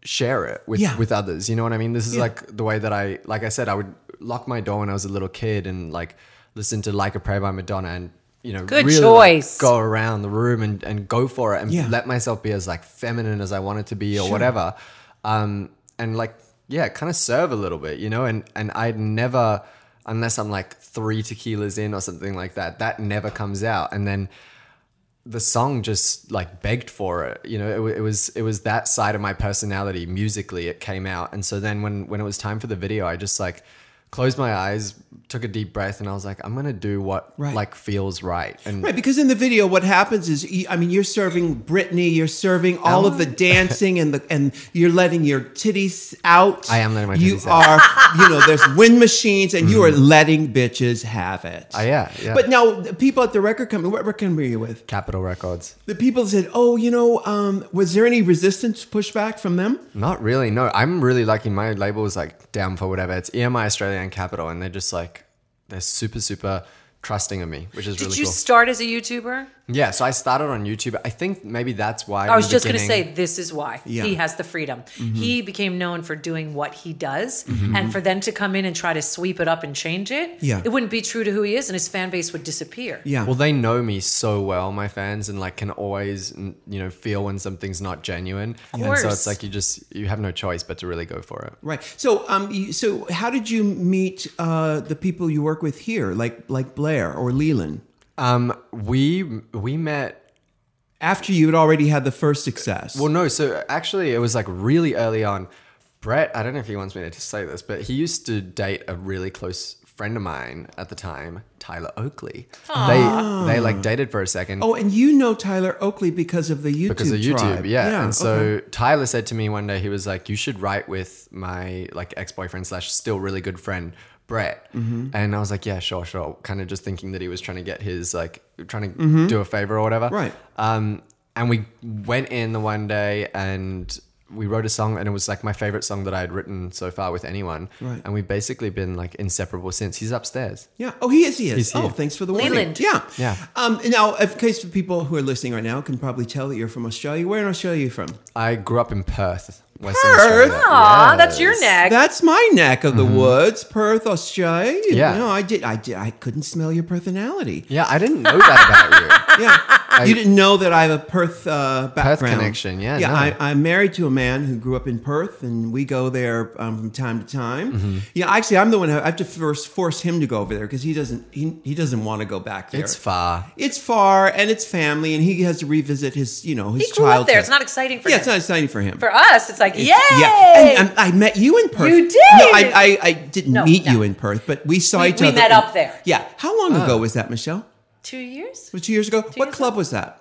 Speaker 4: share it with
Speaker 1: Yeah.
Speaker 4: with others? You know what I mean? This is like the way that I, like I said, I would lock my door when I was a little kid and like listen to Like a Prayer by Madonna and you know
Speaker 2: Good
Speaker 4: really like,
Speaker 2: choice.
Speaker 4: go around the room and and go for it and
Speaker 1: Yeah.
Speaker 4: let myself be as like feminine as I wanted to be or whatever. Um, and like yeah, kind of serve a little bit, you know. And and I'd never unless I'm like three tequilas in or something like that, that never comes out. And then the song just like begged for it you know it, wa- it was it was that side of my personality musically it came out and so then when when it was time for the video i just like closed my eyes took a deep breath and i was like i'm gonna do what
Speaker 1: Right.
Speaker 4: like feels right and
Speaker 1: Right, because in the video, what happens is, y- I mean, you're serving Brittany, you're serving all of the dancing, and the and you're letting your titties out.
Speaker 4: I am letting my
Speaker 1: You
Speaker 4: titties out.
Speaker 1: are, you know, there's wind machines, and you are letting bitches have it.
Speaker 4: I- Uh, yeah, yeah.
Speaker 1: But now, the people at the record company, what record company are you with?
Speaker 4: capitol records
Speaker 1: The people said, "Oh, you know, um, was there any resistance, pushback from them?"
Speaker 4: not really no i'm really lucky my label was like down for whatever it's E emi australia and capitol and they're just like they're super super trusting of me which is
Speaker 2: Did
Speaker 4: really
Speaker 2: you
Speaker 4: cool
Speaker 2: start as a YouTuber?
Speaker 4: yeah so i started on youtube i think maybe that's why
Speaker 2: I was just going to
Speaker 4: say.
Speaker 2: say this is why
Speaker 1: Yeah. Mm-hmm.
Speaker 2: he has the freedom. He became known for doing what he does, and for them to come in and try to sweep it up and change it,
Speaker 1: Yeah.
Speaker 2: it wouldn't be true to who he is, and his fan base would disappear.
Speaker 1: Yeah.
Speaker 4: Well, they know me so well, my fans, and like can always, n- you know, feel when something's not genuine. And so
Speaker 2: course.
Speaker 4: it's like you just you have no choice but to really go for it.
Speaker 1: right. So, um, you, so how did you meet uh, the people you work with here, like like Blair or Leland?
Speaker 4: Um, we we met.
Speaker 1: After you had already had the first success.
Speaker 4: Well, no, so actually, it was like really early on. Brett, I don't know if he wants me to say this, but he used to date a really close friend of mine at the time, Tyler Oakley. They they like dated for a second.
Speaker 1: Oh, and you know Tyler Oakley because of the YouTube
Speaker 4: because of YouTube,
Speaker 1: tribe.
Speaker 4: yeah. And so
Speaker 1: okay.
Speaker 4: Tyler said to me one day, he was like, "You should write with my like ex boyfriend slash still really good friend Brett."
Speaker 1: Mm-hmm.
Speaker 4: And I was like, "Yeah, sure, sure." Kind of just thinking that he was trying to get his like trying to do a favor or whatever,
Speaker 1: Mm-hmm. Right.
Speaker 4: Um, and we went in the one day and we wrote a song, and it was like my favorite song that I had written so far with anyone.
Speaker 1: Right.
Speaker 4: And we've basically been like inseparable since. He's upstairs.
Speaker 1: yeah. Oh, he is. He is.
Speaker 4: He's
Speaker 1: oh,
Speaker 4: here.
Speaker 1: thanks for the warning.
Speaker 2: Leland.
Speaker 1: Yeah.
Speaker 4: Yeah.
Speaker 1: Um, now, in case people who are listening right now can probably tell that you're from Australia. Where in Australia are you from?
Speaker 4: I grew up in Perth, Western
Speaker 1: Perth?
Speaker 4: Australia.
Speaker 2: Aw, that's your neck.
Speaker 1: That's my neck of the
Speaker 2: Mm-hmm.
Speaker 1: woods, Perth, Australia. You
Speaker 4: Yeah.
Speaker 1: know, I did. I did. I couldn't smell your personality.
Speaker 4: Yeah, I didn't know that about you.
Speaker 1: Yeah. you didn't know that I have a Perth uh, background.
Speaker 4: connection, yeah,
Speaker 1: Yeah.
Speaker 4: no.
Speaker 1: I, I'm married to a man who grew up in Perth, and we go there um, from time to time.
Speaker 2: Mm-hmm.
Speaker 1: Yeah. Actually, I'm the one. Who, I have to first force him to go over there because he doesn't. He, he doesn't want to go back there.
Speaker 4: It's far.
Speaker 1: It's far, and it's family, and he has to revisit his. You know, his
Speaker 2: He grew
Speaker 1: childhood.
Speaker 2: up there. It's not exciting for
Speaker 1: Yeah,
Speaker 2: him.
Speaker 1: it's not exciting for him.
Speaker 2: for us, it's like, yay!
Speaker 1: Yeah, and, and I met you in Perth.
Speaker 2: You did!
Speaker 1: No, I, I, I didn't
Speaker 2: No,
Speaker 1: meet
Speaker 2: no.
Speaker 1: you in Perth, but we saw
Speaker 2: We-
Speaker 1: each
Speaker 2: we
Speaker 1: other.
Speaker 2: met
Speaker 1: in-
Speaker 2: up there.
Speaker 1: Yeah. How long ago was that, Michelle?
Speaker 2: Two years?
Speaker 1: Was it two years ago? what
Speaker 2: years
Speaker 1: club was that?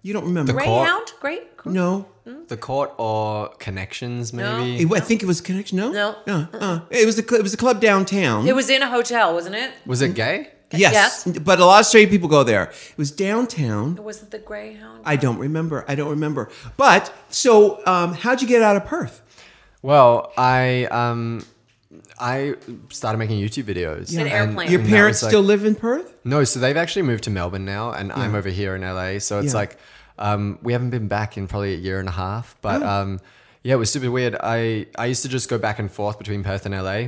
Speaker 1: You don't remember?
Speaker 4: Great- Court.
Speaker 2: Greyhound? Great? Cool.
Speaker 1: No.
Speaker 4: The court or connections,
Speaker 2: No.
Speaker 4: maybe.
Speaker 1: It- I think it was Connection. No.
Speaker 2: No.
Speaker 1: Uh, uh. It was a cl- it was a club downtown.
Speaker 2: It was in a hotel, wasn't it?
Speaker 4: Was it gay?
Speaker 1: yes, but a lot of straight people go there. It was downtown.
Speaker 2: It wasn't the Greyhound.
Speaker 1: I don't remember. I don't remember. But so, um, how'd you get out of Perth?
Speaker 4: Well, I um, I started making YouTube videos.
Speaker 2: An airplane.
Speaker 1: Your
Speaker 4: and that
Speaker 1: parents
Speaker 4: was, like-
Speaker 1: still live in Perth?
Speaker 4: No, so they've actually moved to Melbourne now, and I'm over here in LA. So it's
Speaker 1: Yeah.
Speaker 4: like um, we haven't been back in probably a year and a half.
Speaker 1: Oh.
Speaker 4: But um, yeah, it was super weird. I I used to just go back and forth between Perth and LA.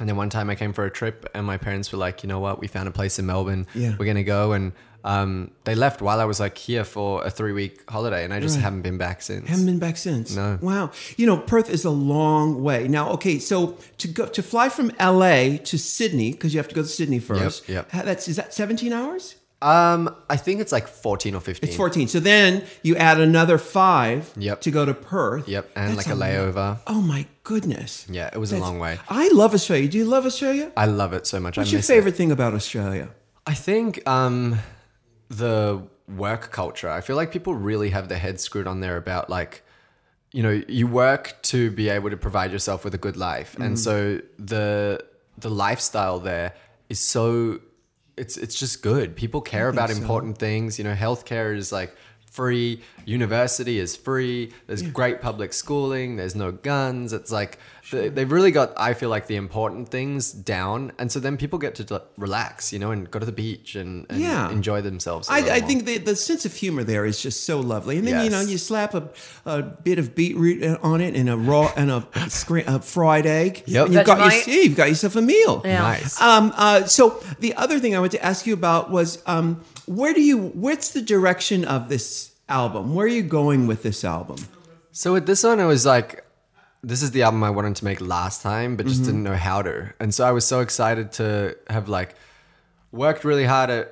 Speaker 4: And then one time I came for a trip, and my parents were like, "You know what? We found a place in Melbourne.
Speaker 1: Yeah.
Speaker 4: We're gonna go." And um, they left while I was like here for a three week holiday, and I just haven't been back since.
Speaker 1: Haven't been back since.
Speaker 4: No.
Speaker 1: Wow. You know, Perth is a long way. Now, okay, so to go to fly from LA to Sydney because you have to go to Sydney first.
Speaker 4: yep.
Speaker 1: ha- That's is that 17 hours?
Speaker 4: Um, I think it's like fourteen or fifteen.
Speaker 1: It's 14. So then you add another 5
Speaker 4: Yep.
Speaker 1: to go to Perth.
Speaker 4: Yep, and
Speaker 1: That's
Speaker 4: like a layover.
Speaker 1: Oh my goodness.
Speaker 4: Yeah, it was a long way.
Speaker 1: I love Australia. Do you love Australia?
Speaker 4: I love it so much.
Speaker 1: What's
Speaker 4: I
Speaker 1: your
Speaker 4: miss
Speaker 1: favorite
Speaker 4: It.
Speaker 1: thing about Australia?
Speaker 4: I think um, the work culture. I feel like people really have their heads screwed on there about like, you know, you work to be able to provide yourself with a good life, and so the the lifestyle there is so. It's it's just good. People care about important things. You know, healthcare is like free. University is free. There's great public schooling. There's no guns. It's like they, they've really got, I feel like, the important things down. And so then people get to like, relax, you know, and go to the beach and, and
Speaker 1: Yeah.
Speaker 4: enjoy themselves. a
Speaker 1: I,
Speaker 4: little
Speaker 1: I
Speaker 4: more.
Speaker 1: think the, the sense of humor there is just so lovely, and then you know
Speaker 4: uh-huh. Yes.
Speaker 1: you slap a, a bit of beetroot uh, on it and a raw and a, scra- a fried egg.
Speaker 4: Yep.
Speaker 1: and you've got your,
Speaker 2: Vegemite.
Speaker 1: yeah, you've got yourself a meal.
Speaker 2: Yeah.
Speaker 4: Nice.
Speaker 1: Um, uh, so the other thing I wanted to ask you about was um, where do you? What's the direction of this album? Where are you going with this album?
Speaker 4: So with this one, I was like, this is the album I wanted to make last time, but just
Speaker 1: Mm-hmm.
Speaker 4: didn't know how to. And so I was so excited to have like worked really hard at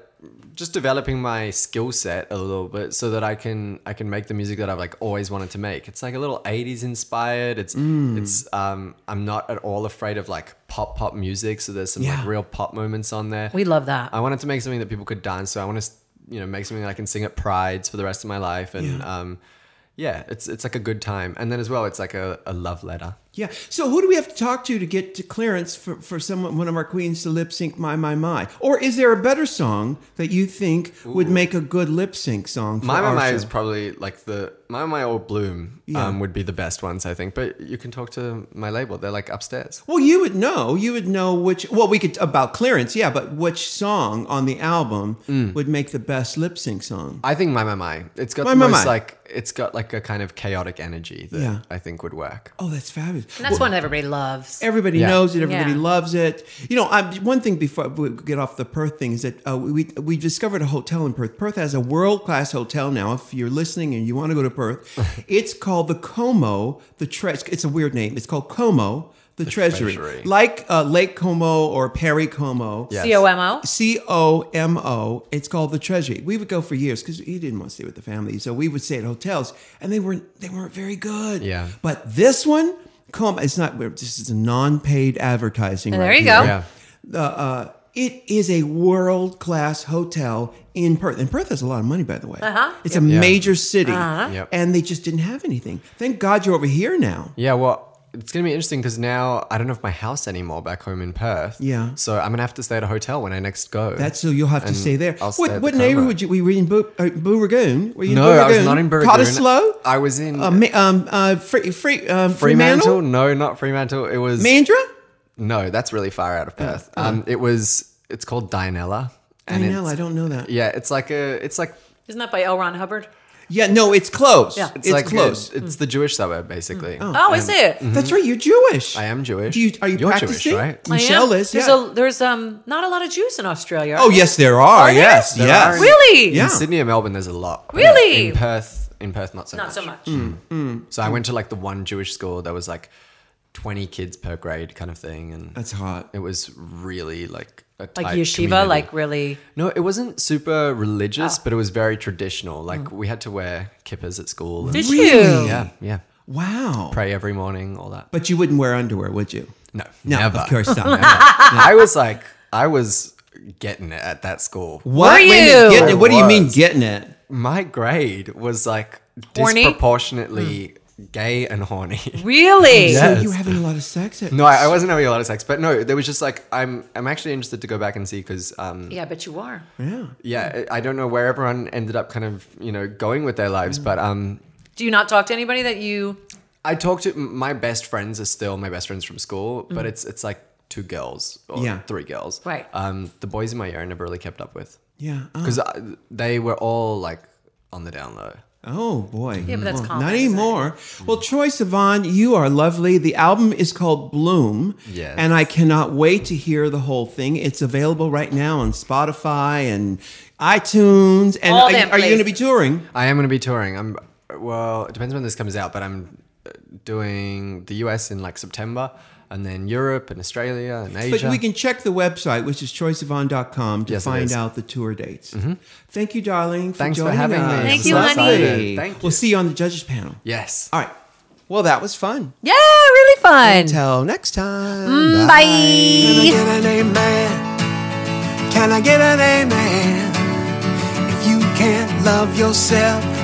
Speaker 4: just developing my skill set a little bit so that I can I can make the music that I've like always wanted to make. It's like a little 80s inspired. It's
Speaker 1: Mm.
Speaker 4: it's um I'm not at all afraid of like pop pop music, so there's some like
Speaker 1: Yeah.
Speaker 4: real pop moments on there.
Speaker 2: We love that.
Speaker 4: I wanted to make something that people could dance. So I want to, you know, make something that I can sing at prides for the rest of my life. And yeah. um, yeah, it's it's like a good time. And then as well, it's like a, a love letter.
Speaker 1: Yeah. So who do we have to talk to to get to clearance for, for someone one of our queens to lip sync "My My My"? Or is there a better song that you think would make a good lip sync song? For
Speaker 4: My
Speaker 1: our
Speaker 4: my my
Speaker 1: show?
Speaker 4: is probably like the my my or bloom um, would be the best ones I think. But you can talk to my label; they're like upstairs.
Speaker 1: Well, you would know. You would know which. Well, we could about clearance, yeah. But which song on the album
Speaker 4: Mm.
Speaker 1: would make the best lip sync song?
Speaker 4: I think my my my. It's got
Speaker 1: My
Speaker 4: the
Speaker 1: My
Speaker 4: most
Speaker 1: My.
Speaker 4: like it's got like a kind of chaotic energy that
Speaker 1: Yeah.
Speaker 4: I think would work.
Speaker 1: Oh, that's fabulous.
Speaker 2: and that's one everybody loves.
Speaker 1: Everybody
Speaker 4: Yeah.
Speaker 1: knows it. Everybody
Speaker 2: Yeah.
Speaker 1: loves it. You know, I, one thing before we get off the Perth thing is that uh, we we discovered a hotel in Perth. Perth has a world class hotel now. If you're listening and you want to go to Perth, it's called the Como. The tre- It's a weird name. It's called Como. The, treasury.
Speaker 4: Treasury.
Speaker 1: like uh, Lake Como or Perry Como.
Speaker 4: Yes.
Speaker 2: C O M O.
Speaker 1: C O M O. It's called the Treasury. We would go for years because he didn't want to stay with the family, so we would stay at hotels, and they weren't they weren't very good.
Speaker 4: Yeah.
Speaker 1: But this one, come, it's not. we're- This is a non-paid advertising.
Speaker 2: There
Speaker 1: right
Speaker 2: you
Speaker 1: here.
Speaker 2: go.
Speaker 4: Yeah.
Speaker 1: It is a world class hotel in Perth. And Perth has a lot of money, by the way. Uh-huh. It's a
Speaker 4: Yeah.
Speaker 1: major city.
Speaker 2: Uh-huh.
Speaker 4: Yep.
Speaker 1: And they just didn't have anything. Thank God you're over here now.
Speaker 4: Yeah, well, it's gonna be interesting because now I don't have my house anymore back home in Perth.
Speaker 1: Yeah.
Speaker 4: So I'm gonna have to stay at a hotel when I next go.
Speaker 1: That's so you'll have to
Speaker 4: And
Speaker 1: stay there.
Speaker 4: I'll stay
Speaker 1: what
Speaker 4: at
Speaker 1: what
Speaker 4: the
Speaker 1: neighborhood
Speaker 4: Como.
Speaker 1: you, we were in? Boo, uh, Boo Ragoon? Were you
Speaker 4: No,
Speaker 1: in Boo
Speaker 4: I was
Speaker 1: Ragoon?
Speaker 4: not in Booragoon.
Speaker 1: Cottesloe?
Speaker 4: I was in
Speaker 1: Uh, ma- um, uh, free, free, um,
Speaker 4: Fremantle?
Speaker 1: Fremantle,
Speaker 4: No, not Fremantle. It was
Speaker 1: Mandra.
Speaker 4: no. That's really far out of Perth. Um, it was. It's called Dianella.
Speaker 1: I know,
Speaker 4: it's-
Speaker 1: uh. I don't know that. Yeah,
Speaker 4: Yeah, it's like a. It's like
Speaker 2: Isn't that by L. Ron Hubbard?
Speaker 1: no, it's close.
Speaker 2: Yeah.
Speaker 1: it's,
Speaker 4: it's, like a-
Speaker 1: close. Mm.
Speaker 4: it's the Jewish suburb, basically.
Speaker 2: Oh, is it?
Speaker 1: That's right. You're Jewish.
Speaker 4: Mm-hmm. I am Jewish.
Speaker 1: Do you are you
Speaker 4: You're
Speaker 1: practicing?
Speaker 4: Jewish, right?
Speaker 2: I am.
Speaker 1: Michelle is.
Speaker 2: There's
Speaker 1: yeah.
Speaker 2: a there's um not a lot of Jews in Australia.
Speaker 1: oh yes, there are.
Speaker 2: there?
Speaker 1: yes,
Speaker 4: There
Speaker 1: yes.
Speaker 4: are.
Speaker 2: really?
Speaker 1: Yeah.
Speaker 4: In Sydney and Melbourne, there's a lot.
Speaker 2: Really?
Speaker 4: In Perth, in Perth, not so
Speaker 2: Not
Speaker 4: much.
Speaker 2: so much.
Speaker 1: Mm.
Speaker 4: So I went to like the one Jewish school that was like 20 kids per grade kind of thing. And
Speaker 1: That's hot.
Speaker 4: it was really like a
Speaker 2: Like
Speaker 4: tight
Speaker 2: yeshiva,
Speaker 4: community.
Speaker 2: like really.
Speaker 4: no, it wasn't super religious, but it was very traditional. Like we had to wear kippas at school. And,
Speaker 2: Did
Speaker 1: Really?
Speaker 2: you?
Speaker 4: yeah, yeah.
Speaker 1: Wow.
Speaker 4: Pray every morning, all that.
Speaker 1: But you wouldn't wear underwear, would you?
Speaker 4: No,
Speaker 1: No,
Speaker 4: never.
Speaker 1: of course not. Never.
Speaker 4: I was like, I was getting it at that school.
Speaker 1: what? Wait a minute,
Speaker 2: you?
Speaker 1: getting it? What do you
Speaker 4: I
Speaker 1: mean
Speaker 4: was.
Speaker 1: getting it?
Speaker 4: My grade was like
Speaker 2: Horny?
Speaker 4: disproportionately gay and horny.
Speaker 2: Really?
Speaker 4: Yeah.
Speaker 1: So
Speaker 4: Yes.
Speaker 1: you having a lot of sex? At-
Speaker 4: No, I, I wasn't having a lot of sex, but no, there was just like I'm. I'm actually interested to go back and see because, um,
Speaker 2: Yeah, I bet you are.
Speaker 1: Yeah.
Speaker 4: yeah, I I don't know where everyone ended up kind of you know going with their lives,
Speaker 1: Mm.
Speaker 4: but um,
Speaker 2: Do you not talk to anybody that you?
Speaker 4: I talked to my best friends are still my best friends from school, but it's it's like two girls or
Speaker 1: Mm. Yeah.
Speaker 4: three girls,
Speaker 2: Right.
Speaker 4: Um, the boys in my year I never really kept up with
Speaker 1: Yeah. Oh.
Speaker 4: because they were all like on the down low.
Speaker 1: Oh boy. Yeah,
Speaker 2: but that's common,
Speaker 1: not
Speaker 2: isn't it?
Speaker 1: anymore. Well, Troy Sivan, you are lovely. The album is called Bloom.
Speaker 4: Yes.
Speaker 1: And I cannot wait to hear the whole thing. It's available right now on Spotify and iTunes. And
Speaker 2: All
Speaker 1: are,
Speaker 2: them
Speaker 1: are you going to be
Speaker 2: places.
Speaker 1: touring?
Speaker 4: I am going to be touring. I'm well, it depends when this comes out, but I'm uh, doing the US in like September and then Europe and Australia and Asia.
Speaker 1: But we can check the website, which is troysavon.com, to
Speaker 4: Yes, it
Speaker 1: find
Speaker 4: is. Mm-hmm.
Speaker 1: out the tour dates. Thank you, darling. For
Speaker 4: Thanks for
Speaker 1: joining
Speaker 4: having me.
Speaker 1: us.
Speaker 4: I'm
Speaker 2: Thank you, honey.
Speaker 4: excited. Thank
Speaker 1: We'll
Speaker 4: you.
Speaker 1: see you on the judges panel.
Speaker 4: Yes.
Speaker 1: All right. Well, that was fun.
Speaker 2: Yeah, really fun. Mm,
Speaker 1: Until next time.
Speaker 2: Bye.
Speaker 5: Can I get an amen? Can I get an amen? If you can't love yourself,